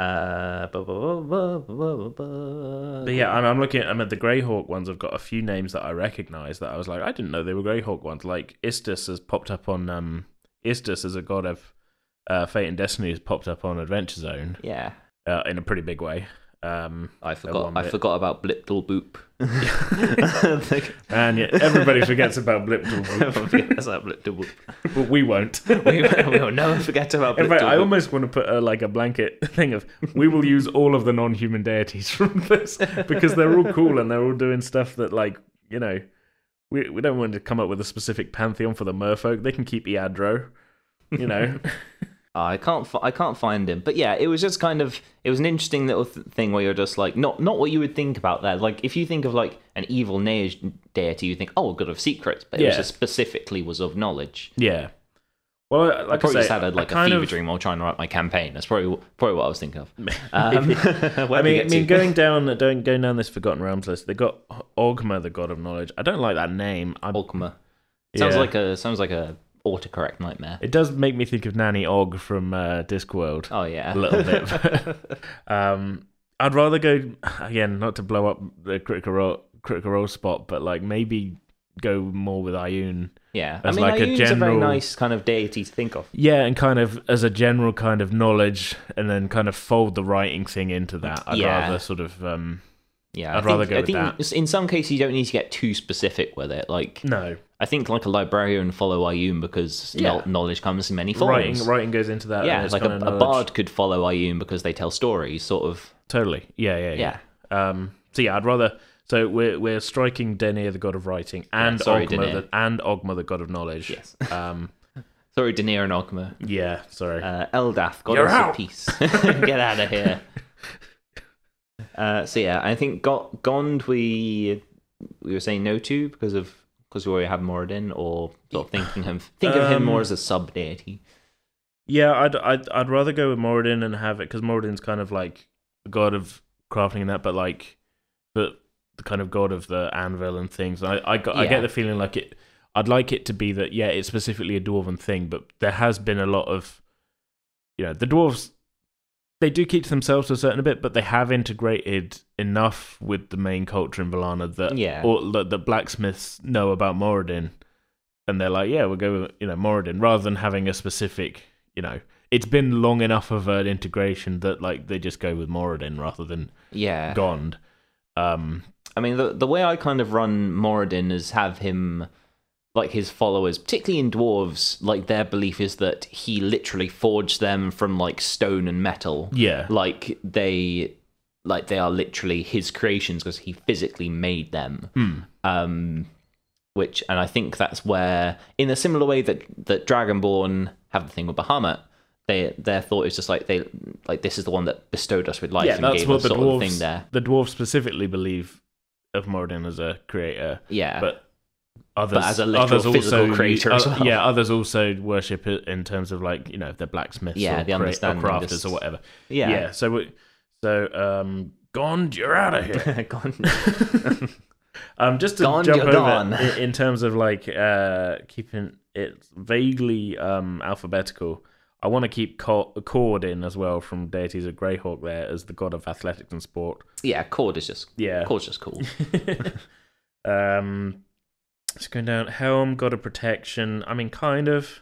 uh bu- bu- bu- bu- bu- bu- But yeah, I'm, I'm looking. At, I'm at the Greyhawk ones. I've got a few names that I recognise that I was like, I didn't know they were Greyhawk ones. Like Istus has popped up on um, Istus as a god of uh, fate and destiny has popped up on Adventure Zone yeah uh, in a pretty big way. Um, I one forgot. I bit. forgot about Blipdle Boop. Like, and yeah, everybody forgets about Blip. That's like Blipdle but we won't. Boop. We will, we will never forget about In Blipdle fact, I Boop. almost want to put a, like a blanket thing of we will use all of the non-human deities from this because they're all cool and they're all doing stuff that like you know we we don't want to come up with a specific pantheon for the merfolk. They can keep Eadro, you know. I can't. Fi- I can't find him. But yeah, it was just kind of. It was an interesting little th- thing where you're just like not not what you would think about that. Like if you think of like an evil na- deity, you think oh god of secrets, but it was Yeah. just specifically was of knowledge. yeah. Well, I- I like I, probably say, just had a, like I a kind fever of, dream while trying to write my campaign. That's probably wh- probably what I was thinking of. Um, I mean, I mean, going down, going going down this Forgotten Realms list, they got Ogma, the god of knowledge. I don't like that name. I, Volkmer. Sounds Yeah. like a sounds like a autocorrect nightmare. It does make me think of Nanny Og from uh, Discworld. Oh yeah. a little bit. um, I'd rather go again, not to blow up the critical role, critical role spot, but like maybe go more with Ayun. Yeah, As I mean, like a Ayun's a very general- nice kind of deity to think of. Yeah, and kind of as a general kind of knowledge, and then kind of fold the writing thing into that. I'd Yeah. rather sort of um, Yeah, I'd I think, rather go I with think that. In some cases, you don't need to get too specific with it. Like, no I think like a librarian follow Ayun because Yeah. kno- knowledge comes in many forms. writing. Writing goes into that. yeah, and it's like kind a, of a knowledge. bard could follow Ayun because they tell stories, sort of. Totally. Yeah, yeah, yeah. Yeah. Um, so yeah, I'd rather. So we're we're striking Denir, the god of writing, and sorry, Ogma, Denir. the, and Ogma, the god of knowledge. Yes. Um, Sorry, Daenerys and Ogma. yeah. Sorry. Uh, Eldath, goddess You're of out. peace. Get out of here. Uh, so yeah, I think Go- Gond we we were saying no to because of because we already had Moradin, or sort of thinking him think of him Um, more as a sub deity. Yeah, I'd I'd I'd rather go with Moradin and have it because Moradin's kind of like the god of crafting and that, but like the the kind of god of the anvil and things. And I I, got, I Yeah. get the feeling like it. I'd like it to be that yeah, it's specifically a dwarven thing, but there has been a lot of you know the dwarves. They do keep to themselves to a certain bit, but they have integrated enough with the main culture in Valana that Yeah. or that the blacksmiths know about Moradin, and they're like, yeah, we'll go with you know Moradin rather than having a specific you know it's been long enough of an integration that like they just go with Moradin rather than Yeah, Gond. Um, I mean the the way I kind of run Moradin is have him like his followers, particularly in dwarves, like their belief is that he literally forged them from like stone and metal. Yeah. Like they like they are literally his creations because he physically made them. Hmm. Um which and I think that's where in a similar way that that Dragonborn have the thing with Bahamut, they their thought is just like they like this is the one that bestowed us with life yeah, and that's gave what us the sort dwarves of thing there. the dwarves specifically believe of Moradin as a creator, Yeah. but others as a literal others physical also, creator as uh, well. Yeah, others also worship it in terms of like you know if they're blacksmiths Yeah, or, the cra- or understanding crafters just- or whatever. yeah. yeah. So we, so um, Gond, you're out of here. Gone. Um, just to Gone, jump you're over gone. i- in terms of like uh, keeping it vaguely um, alphabetical. I want to keep Cor- Cord in as well from deities of Greyhawk there as the god of athletics and sport. Yeah, Cord is just Yeah. Cord's just cool. um, it's going down. Helm, god of protection. I mean, kind of.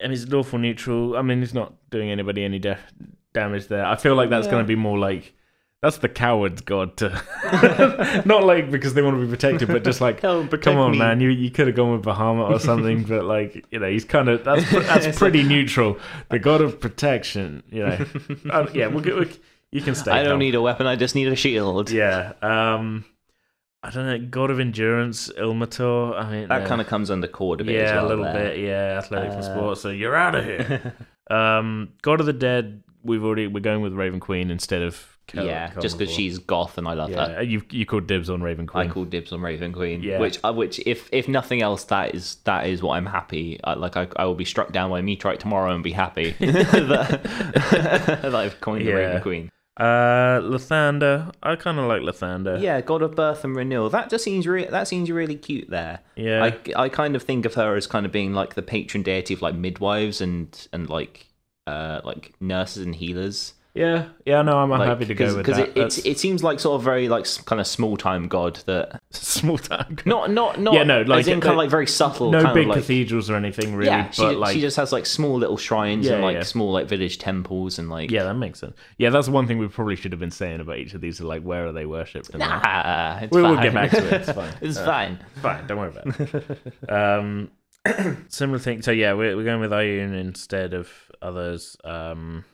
I mean, it's lawful neutral. I mean, it's not doing anybody any def- damage there. I feel like that's Yeah. going to be more like that's the coward's god to, not like because they want to be protected, but just like Helm, protect Come on, me. man! You you could have gone with Bahama or something, but like you know, he's kind of that's pr- that's It's pretty neutral. The god of protection, you know. Um, yeah, we'll get. We'll, you can stay. I Hal. don't need a weapon. I just need a shield. Yeah. Um, I don't know. God of endurance, Ilmator. I mean, uh, That kind of comes under Cord a bit. yeah, as well a little there. bit. Yeah, athletics and Uh, sports. So you're out of here. um, god of the dead. We've already we're going with Raven Queen instead of Kel- yeah, Kel- just because she's goth and I love that. Yeah, you you called dibs on Raven I Queen. call dibs on Raven Queen, Yeah. which uh, which if if nothing else, that is that is what I'm happy. I, like I, I will be struck down by a meteorite tomorrow and be happy that, that I've coined the Yeah. Raven Queen. uh, Lathander. I kind of like Lathander. Yeah, God of Birth and Renewal. That just seems re- that seems really cute there. Yeah. I, I kind of think of her as kind of being like the patron deity of like midwives and and like uh like nurses and healers. Yeah, yeah, no, I'm Like, happy to go with because that. it, it's, it seems like sort of very like s- kind of small time god that That's small time. not not not Yeah, no, like, as in uh, kind of like very subtle no kind big of like cathedrals or anything really, yeah she, but like she just has like small little shrines and Yeah, like yeah. small like village temples and like yeah, that makes sense. Yeah, that's one thing we probably should have been saying about each of these. Is like, where are they worshipped? and that. ah, it's We will fine. get back to it. It's fine. it's fine. fine. Don't worry about it. Um, similar thing. So yeah, we're we're going with Ayun instead of others. Um,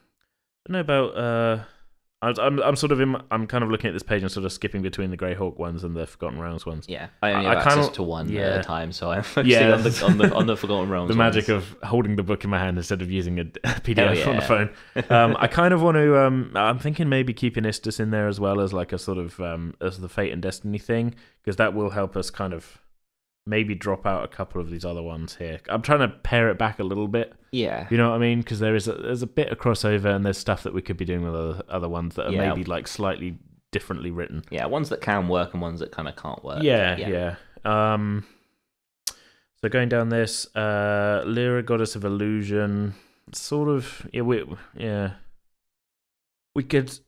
I don't know about. Uh, I was- I'm I'm sort of in, I'm kind of looking at this page and sort of skipping between the Greyhawk ones and the Forgotten Realms ones. Yeah, I only I- have I access kinda- to one at yeah. a time, so I'm focusing Yeah. on the on the on the Forgotten Realms. the magic ones. of holding the book in my hand instead of using a d- PDF on the yeah. phone. Um, I kind of want to. Um, I'm thinking maybe keeping Istus in there as well as like a sort of um, as the fate and destiny thing because that will help us kind of maybe drop out a couple of these other ones here. I'm trying to pare it back a little bit. yeah, You know what I mean? Because there is a, there's a bit of crossover and there's stuff that we could be doing with other other ones that are Yeah. maybe like slightly differently written. yeah, ones that can work and ones that kind of can't work. Yeah, yeah. Um, so going down this, uh, Lyra, goddess of illusion, sort of. Yeah, we yeah. We could.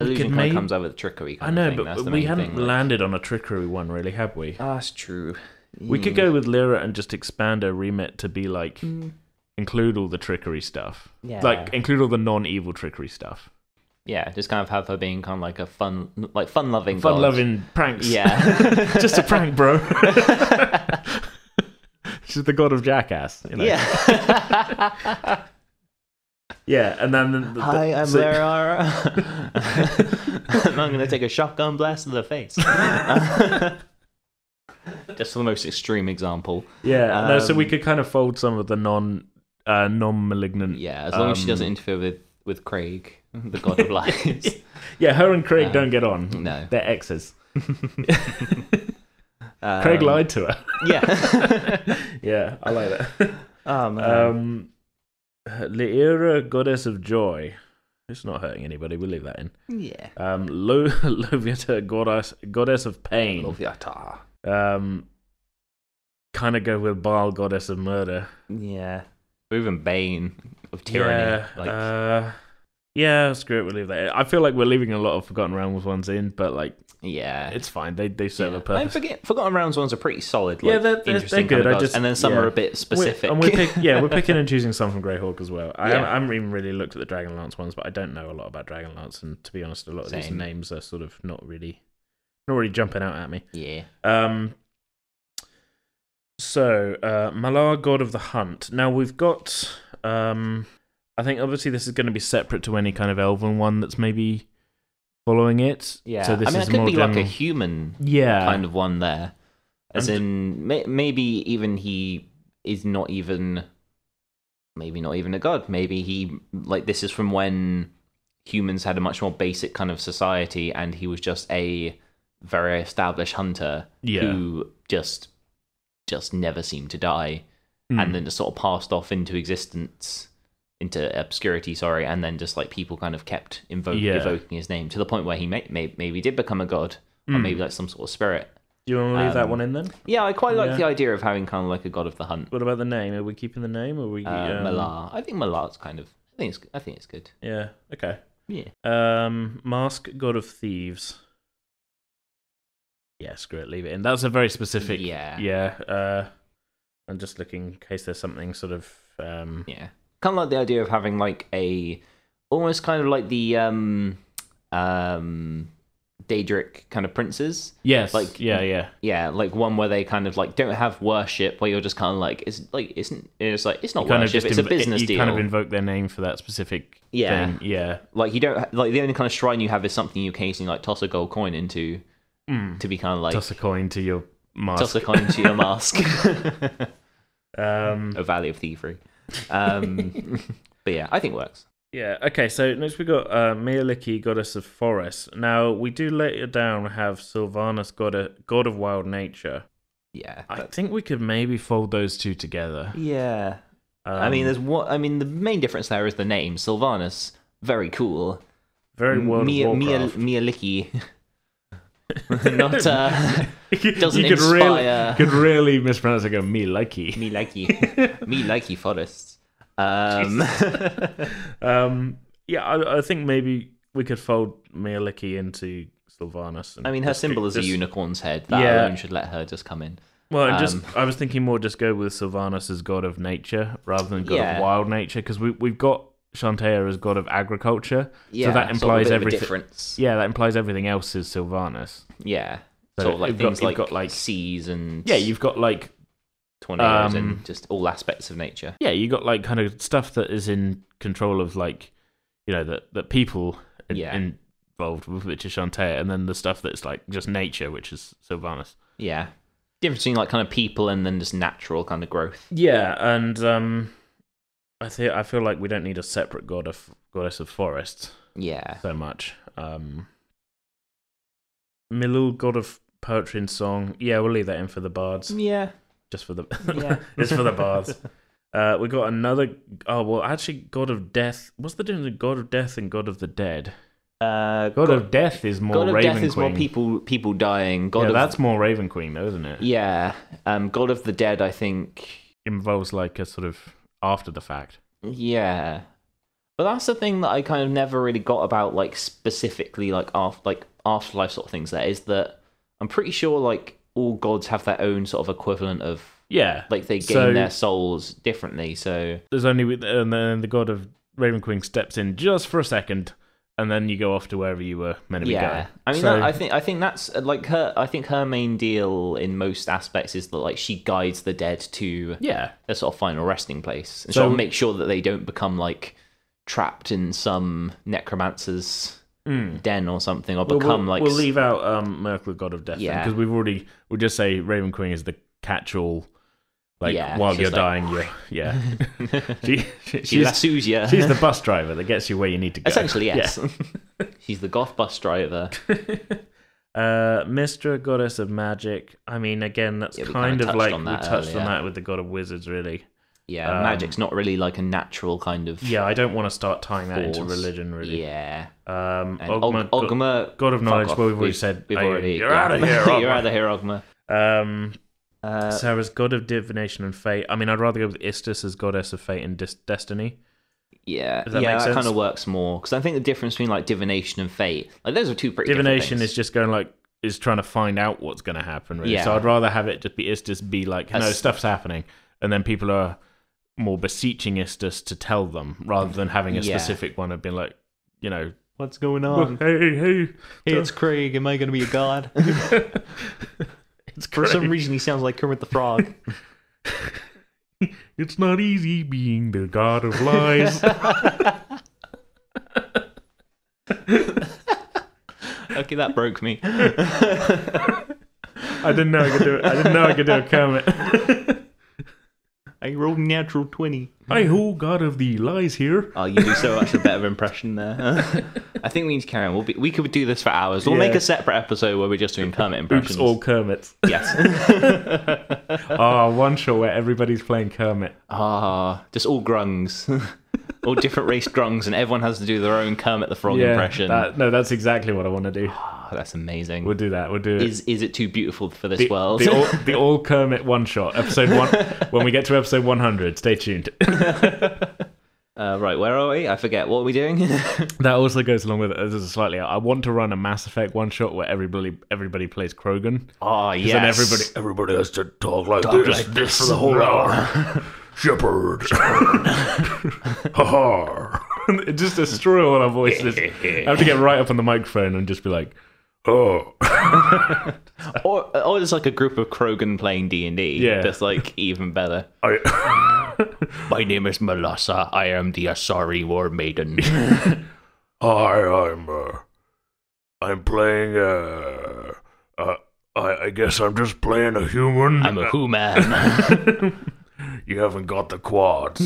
We Illusion could kind maybe- of comes over the trickery. I Kind know, of thing. but That's the we main hadn't thing, like- landed on a trickery one, really, have we? Ah, that's true. We could go with Lyra and just expand her remit to be like include all the trickery stuff, Mm. Yeah. like include all the non-evil trickery stuff, yeah, just kind of have her being kind of like a fun, like fun-loving, god. fun-loving pranks. Yeah, just a prank, bro. She's the god of jackass. You know? yeah. Yeah, and then the, the, Hi, I'm so- Lara. and I'm gonna take a shotgun blast to the face. Just for the most extreme example. Yeah, no, so we Um, could kind of fold some of the non uh, non malignant. Yeah. Yeah, as long as she doesn't Um, interfere with with Craig, the god of lies. her and Craig Uh, don't get on. no. they're exes. Um, Craig lied to her. Yeah. yeah, I like that. oh man. um, Lyra, goddess of joy. It's not hurting anybody. We'll leave that in. yeah. Um, Lo- Loviata, goddess goddess of pain. Loviata. Um, kind of go with Baal, goddess of murder. Yeah. Or even Bane of tyranny. Yeah, like, uh, yeah, screw it. We'll leave that. In. I feel like we're leaving a lot of Forgotten Realms ones in, but like yeah. it's fine. They they serve yeah. a I purpose. forget, Forgotten Realms ones are pretty solid. Like, Yeah, they're- they're- interesting they're kind of good, I gods. just- and then some yeah. are a bit specific. We're, and we pick, yeah, we're picking and choosing some from Greyhawk as well. I, Yeah. haven't, I haven't even really looked at the Dragonlance ones, but I don't know a lot about Dragonlance, and to be honest, a lot of these Same. names are sort of not really, not really jumping out at me. yeah. Um, So, uh, Malar, God of the Hunt. Now we've got. Um, I think obviously this is going to be separate to any kind of elven one that's maybe following it. Yeah. So this I mean, is it could more be like a general- human yeah. kind of one there, as I'm- in may- maybe even he is not even, maybe not even a god. Maybe he like this is from when humans had a much more basic kind of society, and he was just a very established hunter Yeah. who just just never seemed to die, Hmm. and then just sort of passed off into existence. Into obscurity, sorry, and then just like people kind of kept invo- Yeah. evoking his name to the point where he may, may, maybe did become a god or Mm. maybe like some sort of spirit. Do you want to leave that um, one in then? Yeah, I quite like Yeah. the idea of having kind of like a god of the hunt, What about the name? Are we keeping the name? Or are we? uh, um, Malar. I think Malar's kind of. I think it's. I think it's good. Yeah. Okay. Yeah. Um, Mask, God of Thieves. Yeah, screw it. Leave it in. That's a very specific. Yeah. Yeah. Uh, I'm just looking in case there's something sort of. Um, Yeah. Kind of like the idea of having like a, almost kind of like the um, um, Daedric kind of princes. yes. Like- Yeah. Yeah. Yeah, like one where they kind of like don't have worship, where you're just kind of like it's like it's it's like it's not kind of worship, just it's a inv- business you deal. kind of invoke their name for that specific Yeah. thing. Yeah. like you don't like the only kind of shrine you have is something you occasionally like toss a gold coin into Mm. to be kind of like Toss a coin to your mask. toss a coin to your mask. Mm. um, a valley of thievery. Um, but yeah, I think it works. yeah. Okay. So next we got uh, Mealiki, goddess of forests. Now we do later down have Sylvanas, god of, god of wild nature. Yeah, I but- think we could maybe fold those two together. Um, yeah. I mean, there's what I mean. The main difference there is the name Sylvanas. Very cool. very World Mia, of Mia, Warcraft. Mia Licky. Not uh, doesn't you could inspire- really could really mispronounce it. Go me likey. me likey, me likey forest. Um, Um, yeah, I, I think maybe we could fold Mia Licky into Sylvanas. and I mean, her just go- symbol is just- a unicorn's head. That Yeah. alone should let her just come in. Well, and um, just I was thinking more just go with Sylvanas as god of nature rather than god Yeah. of wild nature because we we've got Shantae as god of agriculture. Yeah, so that sort of a implies bit of a everything. difference. Yeah, that implies everything else is Sylvanas. Yeah, So sort of like you've got- things you've like, got, like- seas and Yeah, you've got like tornadoes um, and just all aspects of nature. yeah, you got like kind of stuff that is in control of like, you know, that that people in, Yeah. involved with, which is Shantae, and then the stuff that's like just nature, which is Sylvanas. Yeah. Difference between like kind of people and then just natural kind of growth. Yeah, and um, I think I feel like we don't need a separate god of goddess of forests Yeah. so much. Um, Milul, god of poetry and song. Yeah, we'll leave that in for the bards, Yeah. just for the Yeah. it's for the bards. Uh, we got another. Oh well, actually, God of Death. What's the difference between God of Death and God of the Dead? Uh, God, of Death is more God of Raven death is Queen. more people people dying. God yeah, of that's more Raven Queen, though, isn't it? yeah. Um, God of the dead. I think. Involves like a sort of after the fact. Yeah. But that's the thing that I kind of never really got about, like specifically, like after like afterlife sort of things. There is that I'm pretty sure like all gods have their own sort of equivalent of Yeah, like they gain So- their souls differently. So there's only and then the God of Raven Queen steps in just for a second, and then you go off to wherever you were meant to be yeah going. i mean So- that, i think i think that's uh, like her i think her main deal in most aspects is that like she guides the dead to yeah, their sort of final resting place and So- sort of make sure that they don't become like trapped in some necromancer's den or something or Hmm. We'll- become we'll, like we'll s- leave out um, Merkel, God of Death, Yeah. because we've already we'll just say Raven Queen is the catch-all. Like Yeah, while she's you're like- dying, you're yeah. she, she, she she's lassoes you she's the bus driver that gets you where you need to go. essentially Yeah. yes she's the goth bus driver Uh, Mistra, goddess of magic. I mean, again, that's Yeah, we kind kinda of touched like on we that touched on earlier. that with the god of wizards, really. yeah Um, magic's not really like a natural kind of Yeah, I don't want to start tying that into Force. religion, really. yeah Um, and Og- Ogma, god, ogma god of fuck knowledge. off. Well, we've already said we've oh, already You're yeah. out of here. you're out Ogma. of here ogma Um, uh, Sarah's god of divination and fate. I mean, I'd rather go with Istis as goddess of fate and dis- destiny. Yeah, Does that yeah, make that kind sense? of works more because I think the difference between like divination and fate, like those are two pretty different Divination things. is just going like is trying to find out what's going to happen. Really. Yeah. So I'd rather have it just be Istis be like, no, That's- stuff's happening, and then people are more beseeching Istis to tell them rather than having a Yeah. specific one of being like, you know, what's going hey, hey, hey, Craig. Am I going to be a god? It's For some great. reason, he sounds like Kermit the Frog. It's not easy being the god of lies. okay, that broke me. I didn't know I could do it. I didn't know I could do a Kermit. I rolled natural twenty. I who god of the lies here. Oh, you do so much a better impression there. I think we need to carry on. We'll be, we could do this for hours. We'll make Yeah. a separate episode where we're just doing Kermit Oops, impressions. all Kermits. yes. Ah, one show where everybody's playing Kermit. Ah, just all grungs. all different race grungs, and everyone has to do their own Kermit the Frog impression. that- no, that's exactly what I want to do. Ah, that's amazing. We'll do that. We'll do it. is is it too beautiful for this the, world? the all, the all Kermit one shot, episode one. when we get to episode 100, stay tuned. uh, right, where are we? I forget. What are we doing? That also goes along with it. This is slightly. I want to run a Mass Effect one shot where everybody everybody plays Krogan. oh, yes. Then everybody Everybody has to talk like this, this for the whole hour. Shepherd. ha ha. and just destroy all our voices. I have to get right up on the microphone and just be like, Oh. Or, or there's like a group of Krogan playing D and D. Yeah. that's like even better. I, My name is Melassa. I am the Asari War Maiden. hi, I'm. Uh, I'm playing. Uh, uh, I, I guess I'm just playing a human. I'm a Who Man. you haven't got the quads.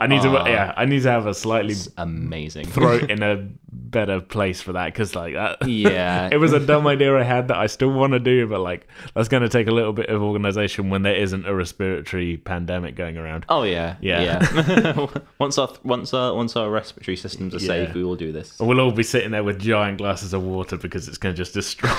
I need Ah. to, yeah, I need to have a slightly Amazing. throat in a better place for that because like that. Yeah. It was a dumb idea I had that I still want to do, but like that's going to take a little bit of organization when there isn't a respiratory pandemic going around. Oh yeah. Yeah. yeah. once our once our once our respiratory systems are safe, Yeah. we will do this. We'll all be sitting there with giant glasses of water because it's going to just destroy.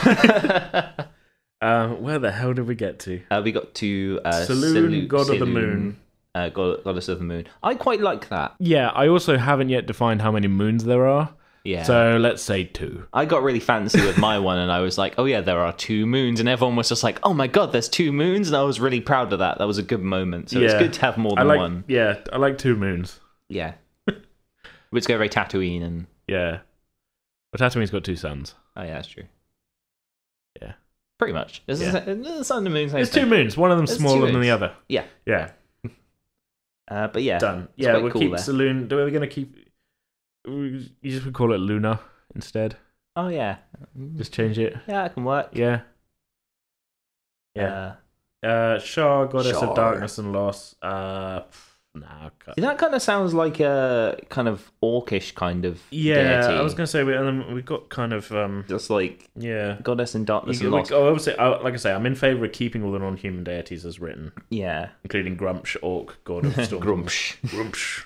um, where the hell did we get to? Uh, we got to uh, Saloon, God of the Saloon, Moon. Uh, God, Goddess of the Moon. I quite like that. Yeah, I also haven't yet defined how many moons there are. Yeah. So let's say two. I got really fancy with my one, and I was like, "Oh yeah, there are two moons," and everyone was just like, "Oh my god, there's two moons!" And I was really proud of that. That was a good moment. So it's Yeah. good to have more I than like one. yeah, I like two moons. Yeah. Let's go very Tatooine, and Yeah, but Tatooine's got two suns. oh yeah, that's true. Yeah. Pretty much. This Yeah. is the sun and the moon. same It's thing. two moons. One of them's It's two smaller than moons. the other. Yeah. Yeah, Uh, but yeah. done. It's yeah, quite we'll cool keep there. Saloon. Do we're gonna keep? we- You just would call it Luna instead. Oh yeah. Just change it. Yeah, it can work. Yeah. Yeah. Uh, Uh, Shah, goddess Shar. of darkness and loss. Uh, pff, nah. I can't- see, that kind of sounds like a kind of orcish kind of Yeah, deity. I was gonna say we um, we got kind of um just like yeah. goddess in You, darkness we, and lost. oh, I would say, I, like I say, I'm in favor of keeping all the non-human deities as written, Yeah. including Grumsh, Orc, God of Storm, Grumpsh. Whoops.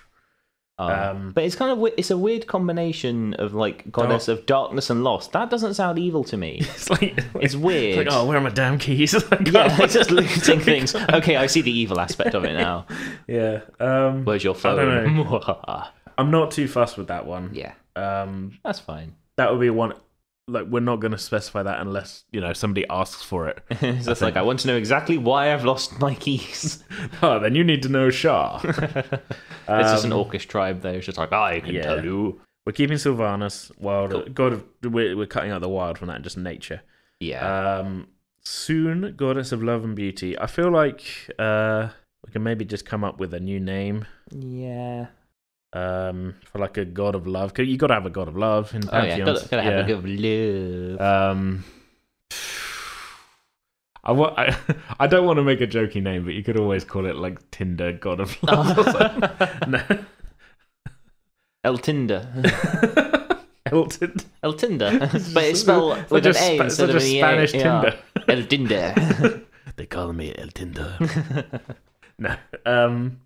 Oh. Um, but it's kind of we- it's a weird combination of like goddess Oh. of darkness and lost. That doesn't sound evil to me. It's like It's like, weird. oh, where are my damn keys? I can't yeah, find- just losing things. Okay, I see the evil aspect of it now. yeah. Um, Where's your I phone? don't I'm not too fussed with that one. yeah, Um, that's fine. that would be one. Like, we're not going to specify that unless you know somebody asks for it. it's just like I want to know exactly why I've lost my keys. oh, then you need to know Shah. it's just an orcish tribe. though. It's just like I can Um, yeah. tell you. we're keeping Sylvanas wild. God, of, we're, we're cutting out the wild from that and just nature. Yeah, Um, soon, goddess of love and beauty. I feel like uh, we can maybe just come up with a new name yeah. um, for like a god of love. 'Cause You got to have a god of love in Oh yeah, pantheons. gotta, gotta have a good love. Um, I, wa- I, I don't want to make a jokey name, but you could always call it like Tinder God of Love. or Oh. something. no, El Tinder, Elton. El Tinder, but it's spelled with an such A Spa- instead such of a an E. Spanish Yeah. Tinder. El Tinder. They call me El Tinder. no, um,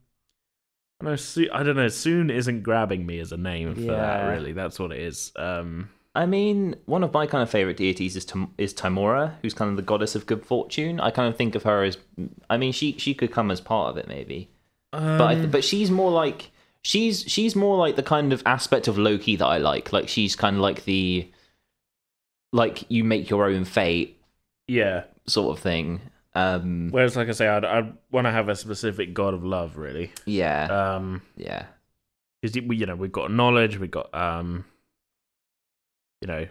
I know. Soon, I don't know. Soon isn't grabbing me as a name for that. Yeah. Really, that's what it is. Um, I mean, one of my kind of favorite deities is Tim- is Timora, who's kind of the goddess of good fortune. I kind of think of her as, I mean, she she could come as part of it maybe, but I um, Mm. th- but she's more like she's she's more like the kind of aspect of Loki that I like. Like she's kind of like the, like you make your own fate yeah. sort of thing. Um, Whereas, like I say, I'd, I'd want to have a specific God of Love. Really. yeah, Um, yeah, because we you know we've got knowledge we've got um you know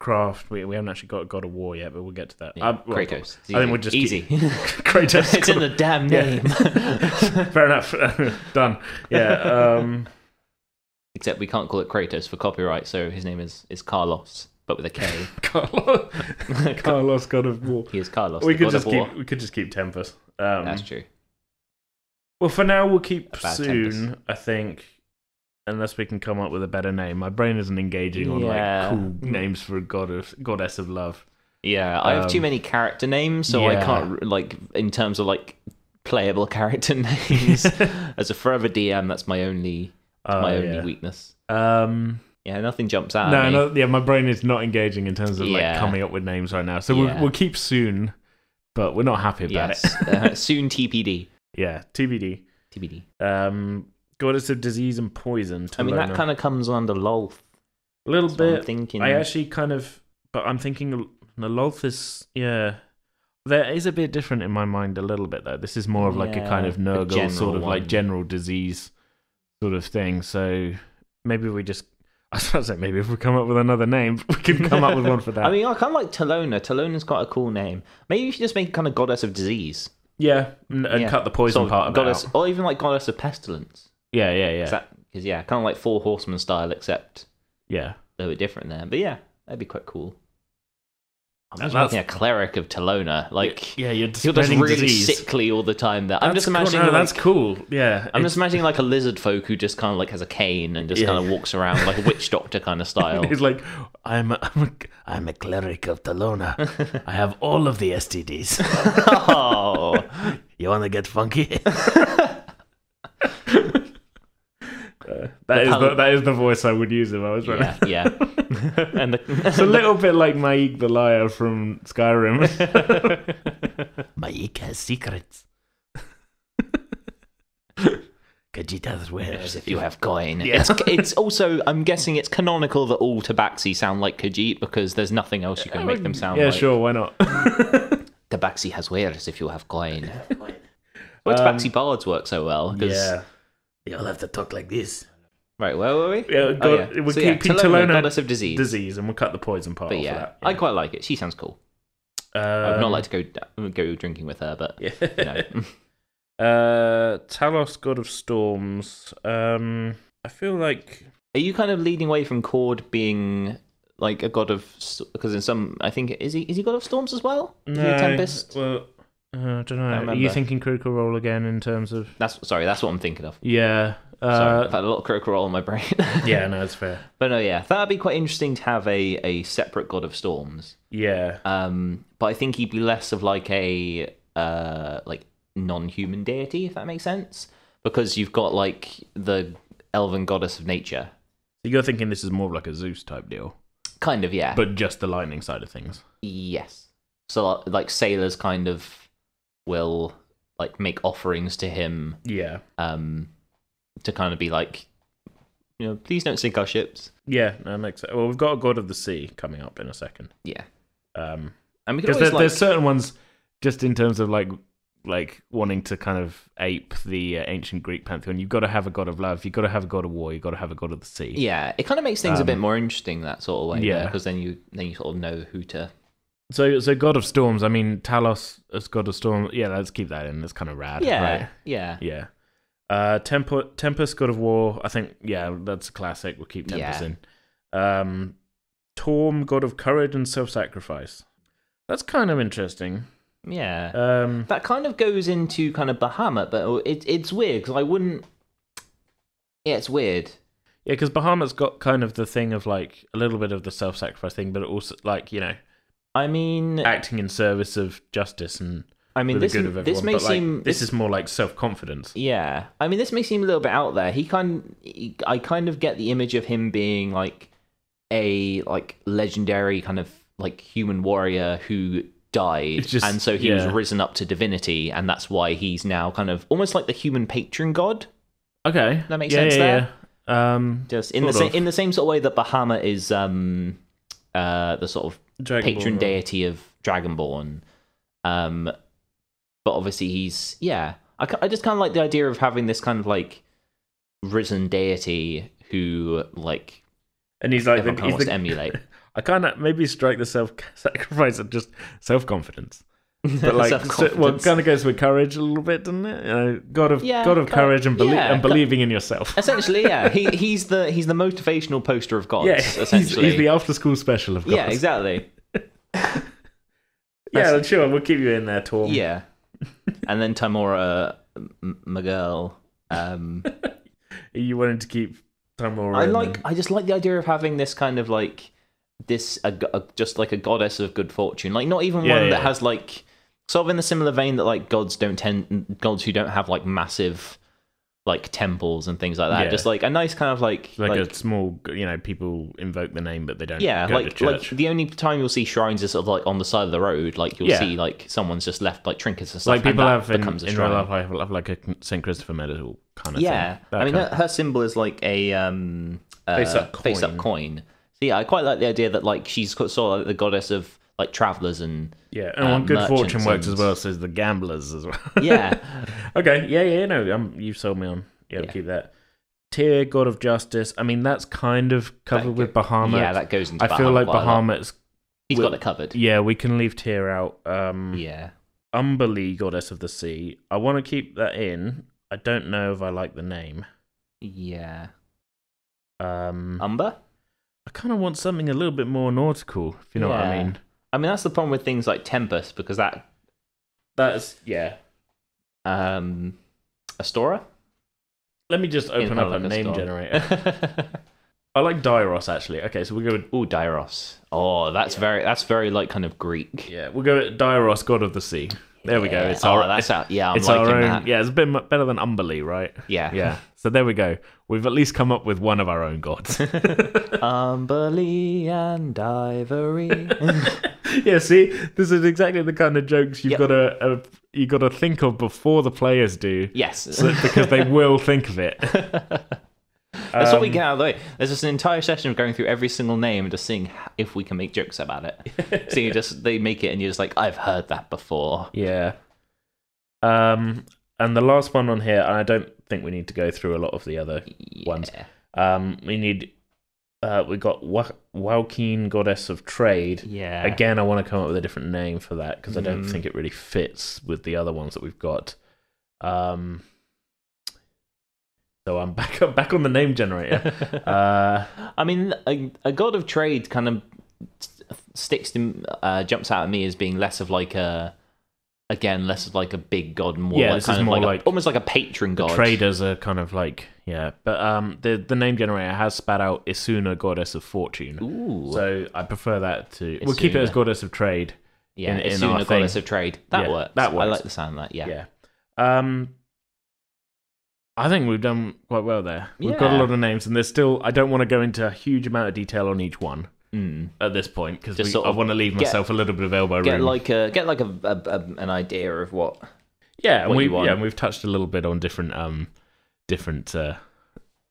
Craft. We, we haven't actually got God of War yet, but we'll get to that. Yeah, Uh, well, Kratos. I It's think easy. we'll just easy. Kratos. it's in the damn name. Fair enough. Done. Yeah. Um, Except we can't call it Kratos for copyright, so his name is is Carlos, but with a K. Carlos, Carlos God of War. he is Carlos. We the could God of just keep. War. We could just keep Tempest. Um, That's true. Well, for now we'll keep A bad soon. Tempest. I think, unless we can come up with a better name. My brain isn't engaging on Yeah. like cool names for a god of goddess of love. Yeah, I have too Um, many character names, so I yeah. can't r- like in terms of like playable character names. As a forever DM, that's my only Oh, my only yeah. weakness. Um, Yeah, nothing jumps out. at no, me. no, yeah, my brain is not engaging in terms of Yeah. like coming up with names right now. So Yeah. we'll, we'll keep soon, but we're not happy about it. Yes. uh, soon TPD. Yeah, TBD. TBD. Um, goddess of disease and poison. I mean, that kind of comes under lol. a little So I'm bit. thinking. I actually kind of, but I'm thinking Naloth is yeah. There is a bit different in my mind, a little bit though. This is more of like a kind Yeah, of a Nurgle general sort of like one. general disease sort of thing. So maybe we just. I was about to say maybe if we come up with another name, we can come up with one for that. I mean, I kind of like Talona. Talona's quite a cool name. Maybe you should just make it kind of goddess of disease. yeah, and, and Yeah. cut the poison Sort of part of goddess, it out. or even like goddess of pestilence. Yeah, yeah, yeah, Is that because yeah, kind of like four horsemen style, except yeah. a little bit different there. But yeah, that'd be quite cool. I'm That- just making a cleric of Talona. Like yeah, you're you're just spreading really disease. sickly all the time. There, I'm That's just cool. imagining. No, like, that's cool. Yeah, I'm just imagining like a lizard folk who just kind of like has a cane and just Yeah. kind of walks around like a witch doctor kind of style. He's like, I'm a, I'm a, I'm a cleric of Talona. I have all of the STDs. oh, You want to get funky? The Uh, that is the, pal- that is the voice I would use if I was running. yeah, yeah. and It's a the, little bit like Maik the liar from Skyrim. Maik has secrets. Kajita's wares. if you have coin, it's, it's also I'm guessing it's canonical that all Tabaxi sound like Khajiit because there's nothing else you can make them sound Um, yeah, like. sure, why not? Tabaxi has wares if you have coin. Well, Tabaxi Um, bards work so well. 'cause- They all have to talk like this. Right, where were we? yeah, Oh, God, yeah. We're So, yeah, keeping Talona, Talona goddess of disease. disease, and we'll cut the poison part But off yeah, of that. I quite like it. She sounds cool. um, I'd not like to go go drinking with her, but you know. Uh, Talos, god of storms. Um, I feel like Are you kind of leading away from Cord being like a god of because in some I think is he is he god of storms as well? Is he a tempest? Well, uh, I don't know. Are you remember. thinking critical role again in terms of? That's sorry, that's what I'm thinking of. Yeah. Sorry, Uh, I've had a lot of critical role in my brain. yeah, no, it's fair. but no, yeah, that'd be quite interesting to have a a separate god of storms. Yeah. Um, but I think he'd be less of like a uh like non-human deity if that makes sense because you've got like the elven goddess of nature. So you're thinking this is more of like a Zeus type deal, Kind of, yeah. but just the lightning side of things. Yes. So like sailors kind of will like make offerings to him Yeah. um to kind of be like you know, please don't sink our ships. Yeah, that makes sense. Well, we've got a god of the sea coming up in a second. Yeah. Um, And we could because there, always like there's certain ones just in terms of like like wanting to kind of ape the uh, ancient Greek pantheon. You've got to have a god of love. You've got to have a god of war. You've got to have a god of the sea. yeah, it kind of makes things a bit more interesting that sort of way. Yeah, Um, Yeah. because then you then you sort of know who to. So, so God of Storms. I mean, Talos as God of Storm. Yeah, let's keep that in. That's kind of rad. Yeah, right? yeah, yeah. Uh, Tempo, Tempest, God of War. I think yeah, that's a classic. We'll keep Tempest Yeah. in. Um, Torm, God of Courage and Self-Sacrifice. That's kind of interesting. yeah. Um, that kind of goes into kind of Bahamut, but it, it's weird because I wouldn't. Yeah, it's weird. yeah, because Bahamut's got kind of the thing of like a little bit of the self-sacrifice thing, but also like you know I mean, acting in service of justice and I mean, for the this good of everyone. this may but, like, seem this is more like self-confidence. Yeah, I mean, this may seem a little bit out there. He kind, I kind of get the image of him being like a like legendary kind of like human warrior who died, It's just- and so he was yeah. risen up to divinity, and that's why he's now kind of almost like the human patron god. Okay, That makes yeah, sense Yeah, there? yeah. Um, Just in the Sort same of. in the same sort of way that Bahama is um uh the sort of Dragon patron Ball, right? deity of Dragonborn. Um, but obviously he's yeah. I, ki- I just kind of like the idea of having this kind of like risen deity who like and he's like the, everyone kind of he's wants the- to emulate. I I kind of maybe strike the self sacrifice and just self confidence. But like, so, well, Self-confidence. kind of goes with courage a little bit, doesn't it? You know, God of Yeah, God of cor- courage and, belie- yeah, and cor- believing in yourself. essentially, yeah. He he's the he's the motivational poster of gods. Yeah, he's, he's essentially. the after school special of course. yeah, exactly. Yeah, sure, we'll keep you in there, Torm. Yeah, and then Tamora M- Miguel. Um, you wanted to keep Tamora. I in like there. I just like the idea of having this kind of like this a, go- a- just like a goddess of good fortune. Like not even Yeah, one yeah. that has like sort of in the similar vein that like gods don't tend gods who don't have like massive like temples and things like that. Yeah. Just like a nice kind of like like, a small, you know, people invoke the name, but they don't. yeah, go to like like church. the only time you'll see shrines is sort of like on the side of the road. Like you'll Yeah. see like someone's just left like trinkets and stuff. like and people that have in, becomes a in shrine. real life. I have, have like a Saint Christopher medal kind of Yeah, thing. That I mean kind her, her symbol is like a um, uh, Face-up face-up coin. So yeah, I quite like the idea that like she's sort of like the goddess of like travelers and yeah, and uh, on good merchants fortune works and- as well. So the gamblers as well. yeah, okay. Yeah. Yeah. No. Um, you sold me on. Yeah. Yeah. Keep that. Tier God of Justice. I mean, that's kind of covered with Bahamut. yeah, that goes into. I feel Bahamut like quite a lot. Bahamut's. He's got it covered. Yeah, we can leave Tier out. Um, Yeah, Umberly, Goddess of the Sea. I want to keep that in. I don't know if I like the name. yeah. Um, Umber. I kind of want something a little bit more nautical, if you know what I Yeah. mean. I mean, that's the problem with things like Tempest because that That's yeah. um, Astora. Let me just open Yeah, up like a a name star. generator. I like Dyros actually. Okay, so we'll go with Ooh, Dairos. Oh, that's very that's very like kind of Greek. yeah, we'll go with Dyros, God of the Sea. There we go. Yeah. It's oh, our that's out. Yeah, I'm it's liking our own. that. Yeah, it's a bit mu- better than Umberly, right? Yeah. Yeah. so there we go. We've at least come up with one of our own gods. Umberly and Ivory. yeah. See, this is exactly the kind of jokes you've Yep. got to uh, you got to think of before the players do. yes. so- because they will think of it. That's what we Um, get out of the way. There's just an entire session of going through every single name and just seeing h- if we can make jokes about it. so you just they make it and you're just like, I've heard that before. Yeah. Um, and the last one on here, and I don't think we need to go through a lot of the other ones. Yeah. Um, we need. Uh, we got Wa- Waukeen, goddess of trade. Yeah. Again, I want to come up with a different name for that because I don't Mm. think it really fits with the other ones that we've got. Um, so I'm back up, back on the name generator. uh, I mean, a, a god of trade kind of sticks to uh, jumps out at me as being less of like a again less of like a big god, more Yeah, like this kind is of more like, a- like almost like a patron god. traders are kind of like yeah, but um, the the name generator has spat out Isuna, goddess of fortune. Ooh, So I prefer that to. We'll keep it as Isuna. goddess of trade. yeah, in- in it's our soon a goddess thing. of trade. That Yeah, works. that I works. like the sound of that. Yeah. Yeah. Um. I think we've done quite well there. We've got a Yeah. lot of names, and there's still. I don't want to go into a huge amount of detail on each one Mm. at this point because Just sort I of want to leave get- myself a little bit of elbow Get room. like a get like a, a, a an idea of what. yeah, and what we you want. yeah, and we've touched a little bit on different um, different uh,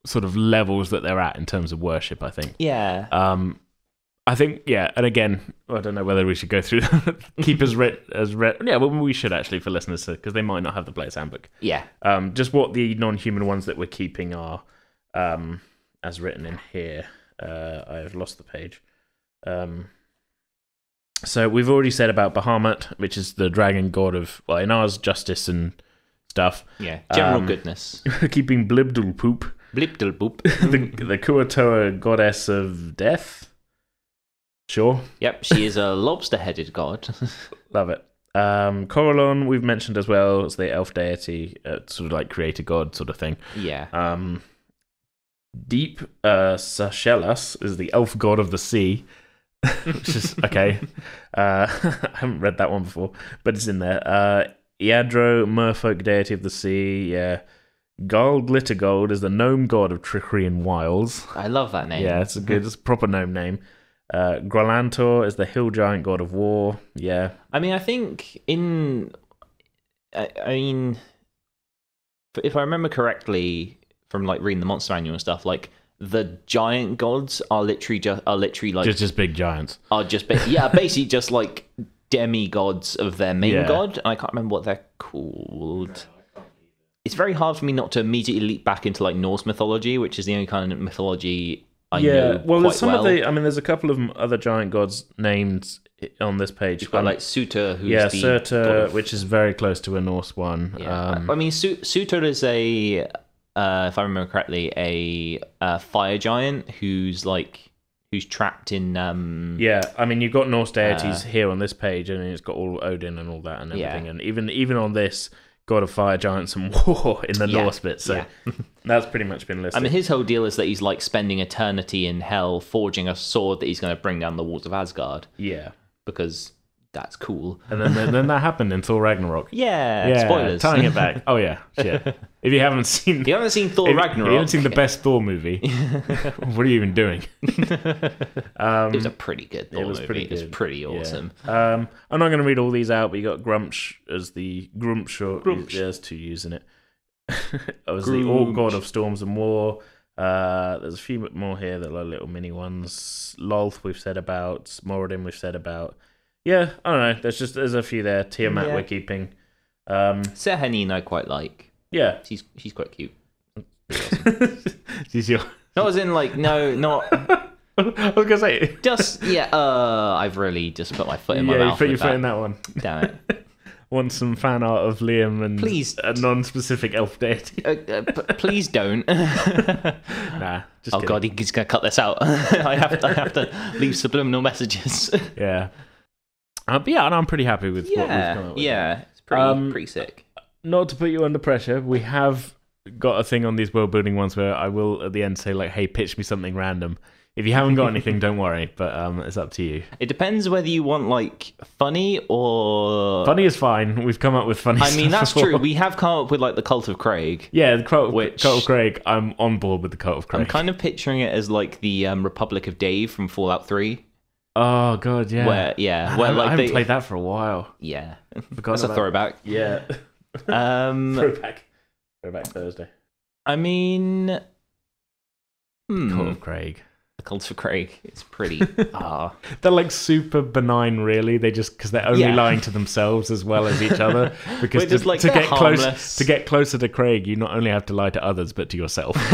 sort of levels that they're at in terms of worship. I think. Yeah. Um, I think yeah, and again, I don't know whether we should go through keep as red as red. Yeah, well, we should actually for listeners because they might not have the player's handbook. Yeah. Um, just what the non-human ones that we're keeping are, um, as written in here. Uh, I've lost the page. Um, so we've already said about Bahamut, which is the dragon god of well, in ours justice and stuff. Yeah. General Um, goodness. keeping Blibdul poop Blip dil boop. the the Kuatoa goddess of death. Sure, Yep. She is a lobster-headed god. love it. Um, Corallon we've mentioned as well as the elf deity, uh, sort of like creator god sort of thing. yeah. Um, Deep uh, Sachelus is the elf god of the sea, which is okay. uh, I haven't read that one before, but it's in there. Uh, Iadro, merfolk deity of the sea. Yeah, Garl Glittergold is the gnome god of trickery and wiles. I love that name. Yeah, it's a good, it's a proper gnome name. Uh, Grolantor is the hill giant god of war. Yeah, I mean, I think in, I, I mean, f- if I remember correctly from like reading the monster manual and stuff, like the giant gods are literally just are literally like just just big giants. are just ba- yeah, basically just like demigods of their main Yeah. god. And I can't remember what they're called. It's very hard for me not to immediately leap back into like Norse mythology, which is the only kind of mythology I yeah, know well, quite there's some well. of the. I mean, there's a couple of m- other giant gods named i- on this page. You've got Um, like Suter, who's yeah, the Surtur, god of- which is very close to a Norse one. Yeah. Um, I mean, Su- Suter is a, uh, if I remember correctly, a uh, fire giant who's like who's trapped in. Um, yeah, I mean, you've got Norse deities here on this page, and it's got all Odin and all that and Uh, Yeah. everything, and even even on this, god of fire, giants, and war in the Yeah, Norse bit. So yeah. that's pretty much been listed. I mean, his whole deal is that he's like spending eternity in hell forging a sword that he's going to bring down the walls of Asgard yeah, because that's cool. and then then, then that happened in Thor Ragnarok. Yeah, yeah, spoilers. tying it back. Oh yeah, shit. if you haven't seen If you haven't seen Thor If- if Ragnarok. You haven't seen the best Thor movie. what are you even doing? It was a pretty good Thor um, it was movie. pretty It was good. pretty Yeah. awesome. Um, I'm not going to read all these out, but you got Grumsh as the Grumsh, or Grumsh. yeah, there's two U's in it. as the Orc God of Storms and War. Uh, there's a few more here that are little mini ones. Lolth we've said about. Moradin we've said about. Yeah, I don't know. There's just there's a few there. Tiamat Yeah. we're keeping. Um, Sehenin I quite like. yeah. She's she's quite cute. She's your- Not as in like no, not I was gonna say. just yeah. Uh, I've really just put my foot in my yeah, you mouth. put your with foot in that one. Damn it. want some fan art of Liam and Please. a non-specific elf deity. Uh, uh, p- please don't. nah, just oh kidding. god, he's gonna cut this out. I have to, I have to leave subliminal messages. yeah. Uh, but yeah, and I'm pretty happy with what we've come yeah, up with. yeah, it's pretty Um, pretty sick. Not to put you under pressure, we have got a thing on these world building ones where I will at the end say like, "Hey, pitch me something random." If you haven't got anything, don't worry. But um, it's up to you. It depends whether you want like funny or. Funny is fine. We've come up with funny. I mean, stuff that's before. true. We have come up with like the cult of Craig. yeah, the cult, Which- cult of Craig. I'm on board with the cult of Craig. I'm kind of picturing it as like the um, Republic of Dave from Fallout Three, oh god, yeah. where yeah, I haven't, where I like haven't they played that for a while. yeah, Forgot that's a about- throwback. Yeah, Um, throwback. Throwback Thursday. I mean, hmm, Call of Craig. the cult of Craig. It's pretty. Ah, They're like super benign, really. They just because they're only Yeah. lying to themselves as well as each other. Because We're just to, like, to they're get close harmless. to get closer to Craig, you not only have to lie to others but to yourself.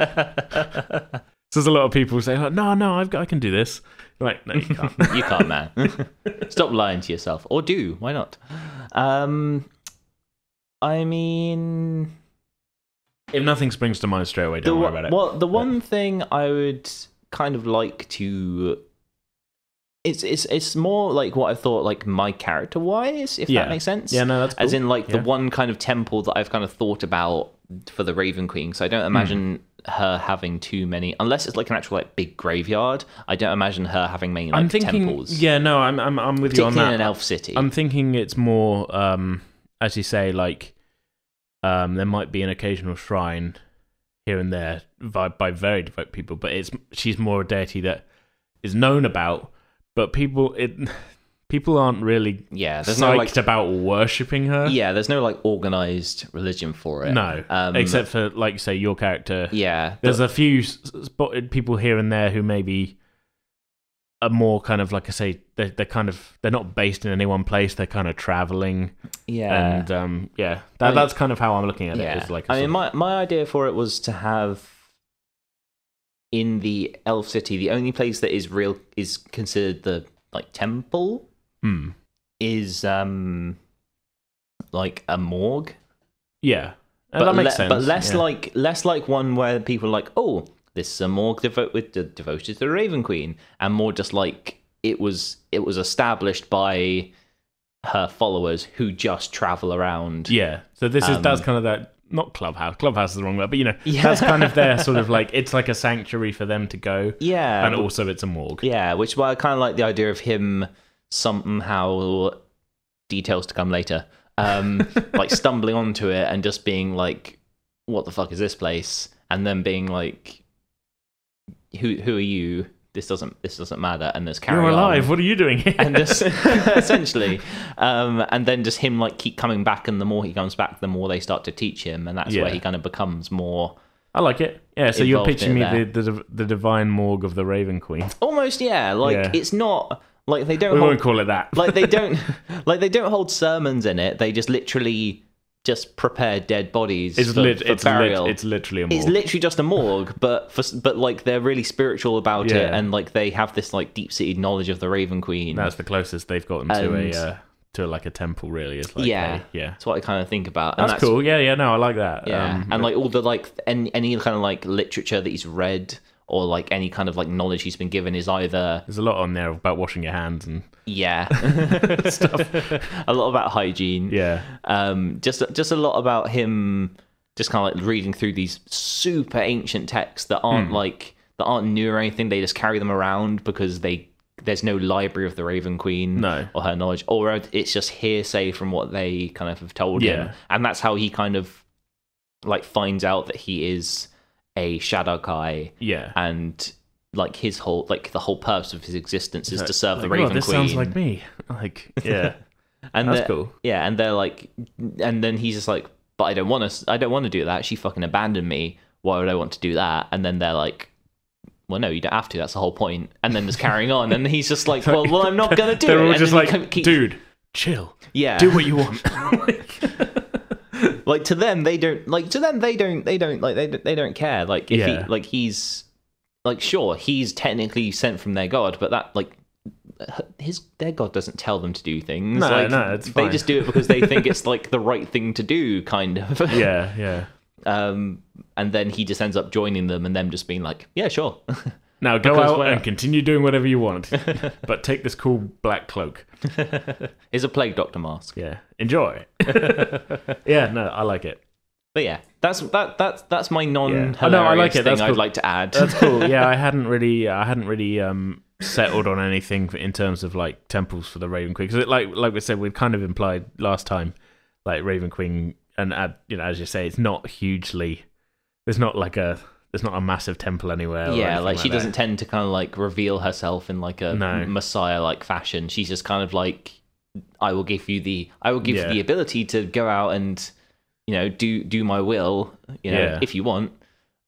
so there's a lot of people who say, like, "No, no, I've got, I can do this." You're like, no, you can't. you can't, man. Stop lying to yourself, or do. Why not? Um, I mean, if nothing springs to mind straight away, don't the worry about one- it. well, the one thing I would kind of like to. It's, it's it's more like what I thought like my character wise if Yeah. that makes sense Yeah, no, that's as cool. in like the Yeah. one kind of temple that I've kind of thought about for the Raven Queen. So I Hmm. don't imagine her having too many, unless it's like an actual like big graveyard. I don't imagine her having many. Like, I'm thinking, temples, yeah, no, I'm, I'm, I'm with you on particularly that. in an elf city. I'm thinking it's more, um, as you say, like um, there might be an occasional shrine here and there by, by very devout people, but it's she's more a deity that is known about, but people it people aren't really yeah, there's psyched no like about worshipping her. yeah, there's no like organized religion for it. No, um, except for like you say your character. yeah, There's a few s- spotted people here and there who maybe are more kind of like I say they're, they're kind of they're not based in any one place. They're kind of traveling. yeah. and um, yeah, that, mean- that's kind of how I'm looking at it. It's like a I mean, sort my my idea for it was to have in the elf city the only place that is real is considered the like temple of- hmm. is um like a morgue yeah, And that makes le- sense. but less yeah. like less like one where people are like oh this is a morgue devo- with de- devoted to the raven queen and more just like it was it was established by her followers who just travel around yeah. So this is um, that's kind of that not clubhouse. Clubhouse is the wrong word, but you know, that's kind of their sort of like it's like a sanctuary for them to go, yeah and also it's a morgue. Yeah, which well, I kind of like the idea of him somehow details to come later, um, like stumbling onto it and just being like, "What the fuck is this place?" and then being like, "Who who are you? This doesn't this doesn't matter." And there's carry You're on. alive. What are you doing here? And just essentially, um, and then just him like keep coming back, and the more he comes back, the more they start to teach him, and that's Yeah. where he kind of becomes more I like it. Yeah. So you're Involved pitching in me there. the, the div- the divine morgue of the Raven Queen. almost yeah, like Yeah. it's not like they don't We hold won't call it that. like they don't like they don't hold sermons in it they just literally just prepare dead bodies It's for, lit. for it's burial. lit, It's literally a morgue. It's literally just a morgue, but for, s- but like they're really spiritual about it, Yeah. and like they have this like deep seated knowledge of the Raven Queen. That's the closest they've gotten to And- a uh, to like a temple. Really, is like Yeah. a- yeah. That's what I kind of think about. And That's, cool. Yeah, yeah. No, I like that. Yeah, Um, and like all the like any any kind of like literature that he's read or like any kind of like knowledge he's been given is either there's a lot on there about washing your hands and yeah stuff a lot about hygiene yeah. um just just a lot about him just kind of like reading through these super ancient texts that aren't Hmm. like that aren't new or anything they just carry them around because they there's no library of the raven queen No. or her knowledge or it's just hearsay from what they kind of have told him Yeah. and that's how he kind of like finds out that he is a shadokai Yeah. and like his whole like the whole purpose of his existence is to serve the Like, raven "Oh, this queen sounds like me. Like, yeah, and that's they're- cool. yeah, and they're like, and then he's just like, but I don't want to. I don't want to do that. She fucking abandoned me. Why would I want to do that? And then they're like, well, no, you don't have to. That's the whole point. And then just carrying on. And he's just like, well, well I'm not gonna do They're it. all And just then he like, keep- dude, chill. yeah. Do what you want. like to them, they don't like to them. They don't. They don't like. They don't- they don't care. Like if Yeah. he like he's like sure he's technically sent from their god, but that like his their god doesn't tell them to do things. No, like, no, it's They fine. just do it because they think it's like the right thing to do, kind of. yeah, yeah. um, and then he just ends up joining them and them just being like, yeah, sure. Now go Because out we're- and continue doing whatever you want, but take this cool black cloak. Here's a plague doctor mask. Yeah, enjoy. yeah, no, I like it. But yeah, that's that that's that's my non Oh, hilarious no, I like it. thing That's I'd cool. like to add. That's cool. Yeah, I hadn't really, I hadn't really um, settled on anything in terms of like temples for the Raven Queen because, like, like we said, we kind of implied last time, like Raven Queen, and uh, you know, as you say, it's not hugely. There's not like a, there's not a massive temple anywhere. or yeah, anything like she that. doesn't tend to kind of like reveal herself in like a No. messiah like fashion. She's just kind of like, I will give you the I will give Yeah. you the ability to go out and you know do do my will you know Yeah. if you want.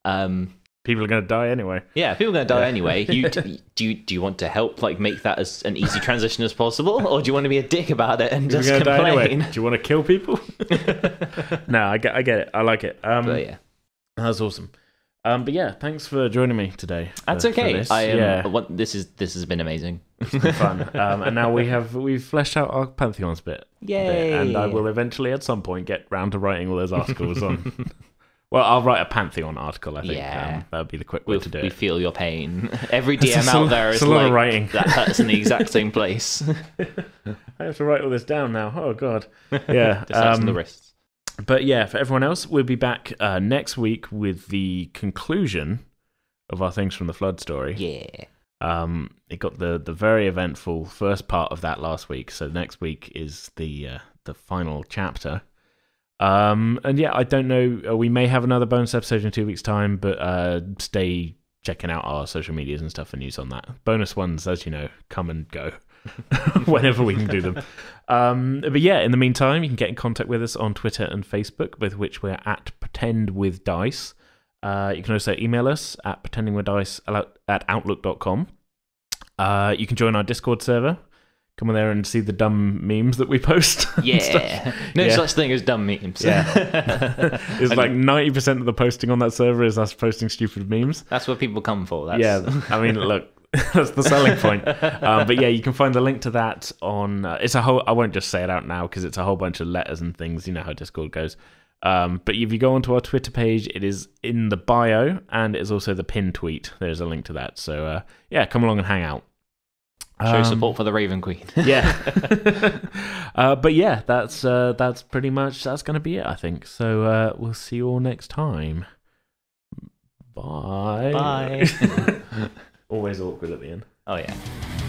Um, People are gonna die anyway. Yeah, people are gonna die anyway. You do, you do you want to help like make that as an easy transition as possible, or do you want to be a dick about it and just You're gonna complain? die anyway. Do you want to kill people? no, I get, I get it. I like it. Um, But yeah, That's awesome. Um, but yeah, thanks for joining me today. for- that's for okay. this. I am. yeah, What, this is this has been amazing. it's been fun. Um, and now we have we've fleshed out our pantheons bit. Yay! bit, and I will eventually at some point get round to writing all those articles on. well, I'll write a pantheon article. I think Yeah. um, that would be the quick way We'll, to do we it. feel your pain. Every It's a DM sol- out there it's is a lot of like writing. Um, that hurts in the exact same place. Just I have to write all this down now. Oh god. Yeah. hurts in the um, wrists. But yeah, for everyone else, we'll be back uh, next week with the conclusion of our things from the flood story. Yeah. Um, it got the the very eventful first part of that last week. So next week is the uh, the final chapter. Um, and yeah, I don't know. uh, We may have another bonus episode in two weeks' time, but uh, stay checking out our social medias and stuff for news on that. Bonus ones, as you know, come and go whenever we can do them. Um, but yeah, in the meantime, you can get in contact with us on Twitter and Facebook, both of which we're at Pretend with Dice. Uh, you can also email us at pretendingwithdice at outlook.com. Uh, you can join our Discord server. Come on there and see the dumb memes that we post. and stuff. Yeah. No Yeah. such thing as dumb memes. It's like 90% of the posting on that server is us posting stupid memes. That's what people come for. That's, Yeah, I mean, look, that's the selling point. Um, but yeah, you can find the link to that on. Uh, it's a whole. I won't just say it out now because it's a whole bunch of letters and things. You know how Discord goes. Um, but if you go onto our Twitter page, it is in the bio and it's also the pin tweet. There's a link to that. So uh, yeah, come along and hang out. Show Um, support for the Raven Queen. yeah. uh, but yeah, that's uh, that's pretty much that's going to be it, I think. So uh, we'll see you all next time. Bye. Bye. Always awkward at the end. oh yeah.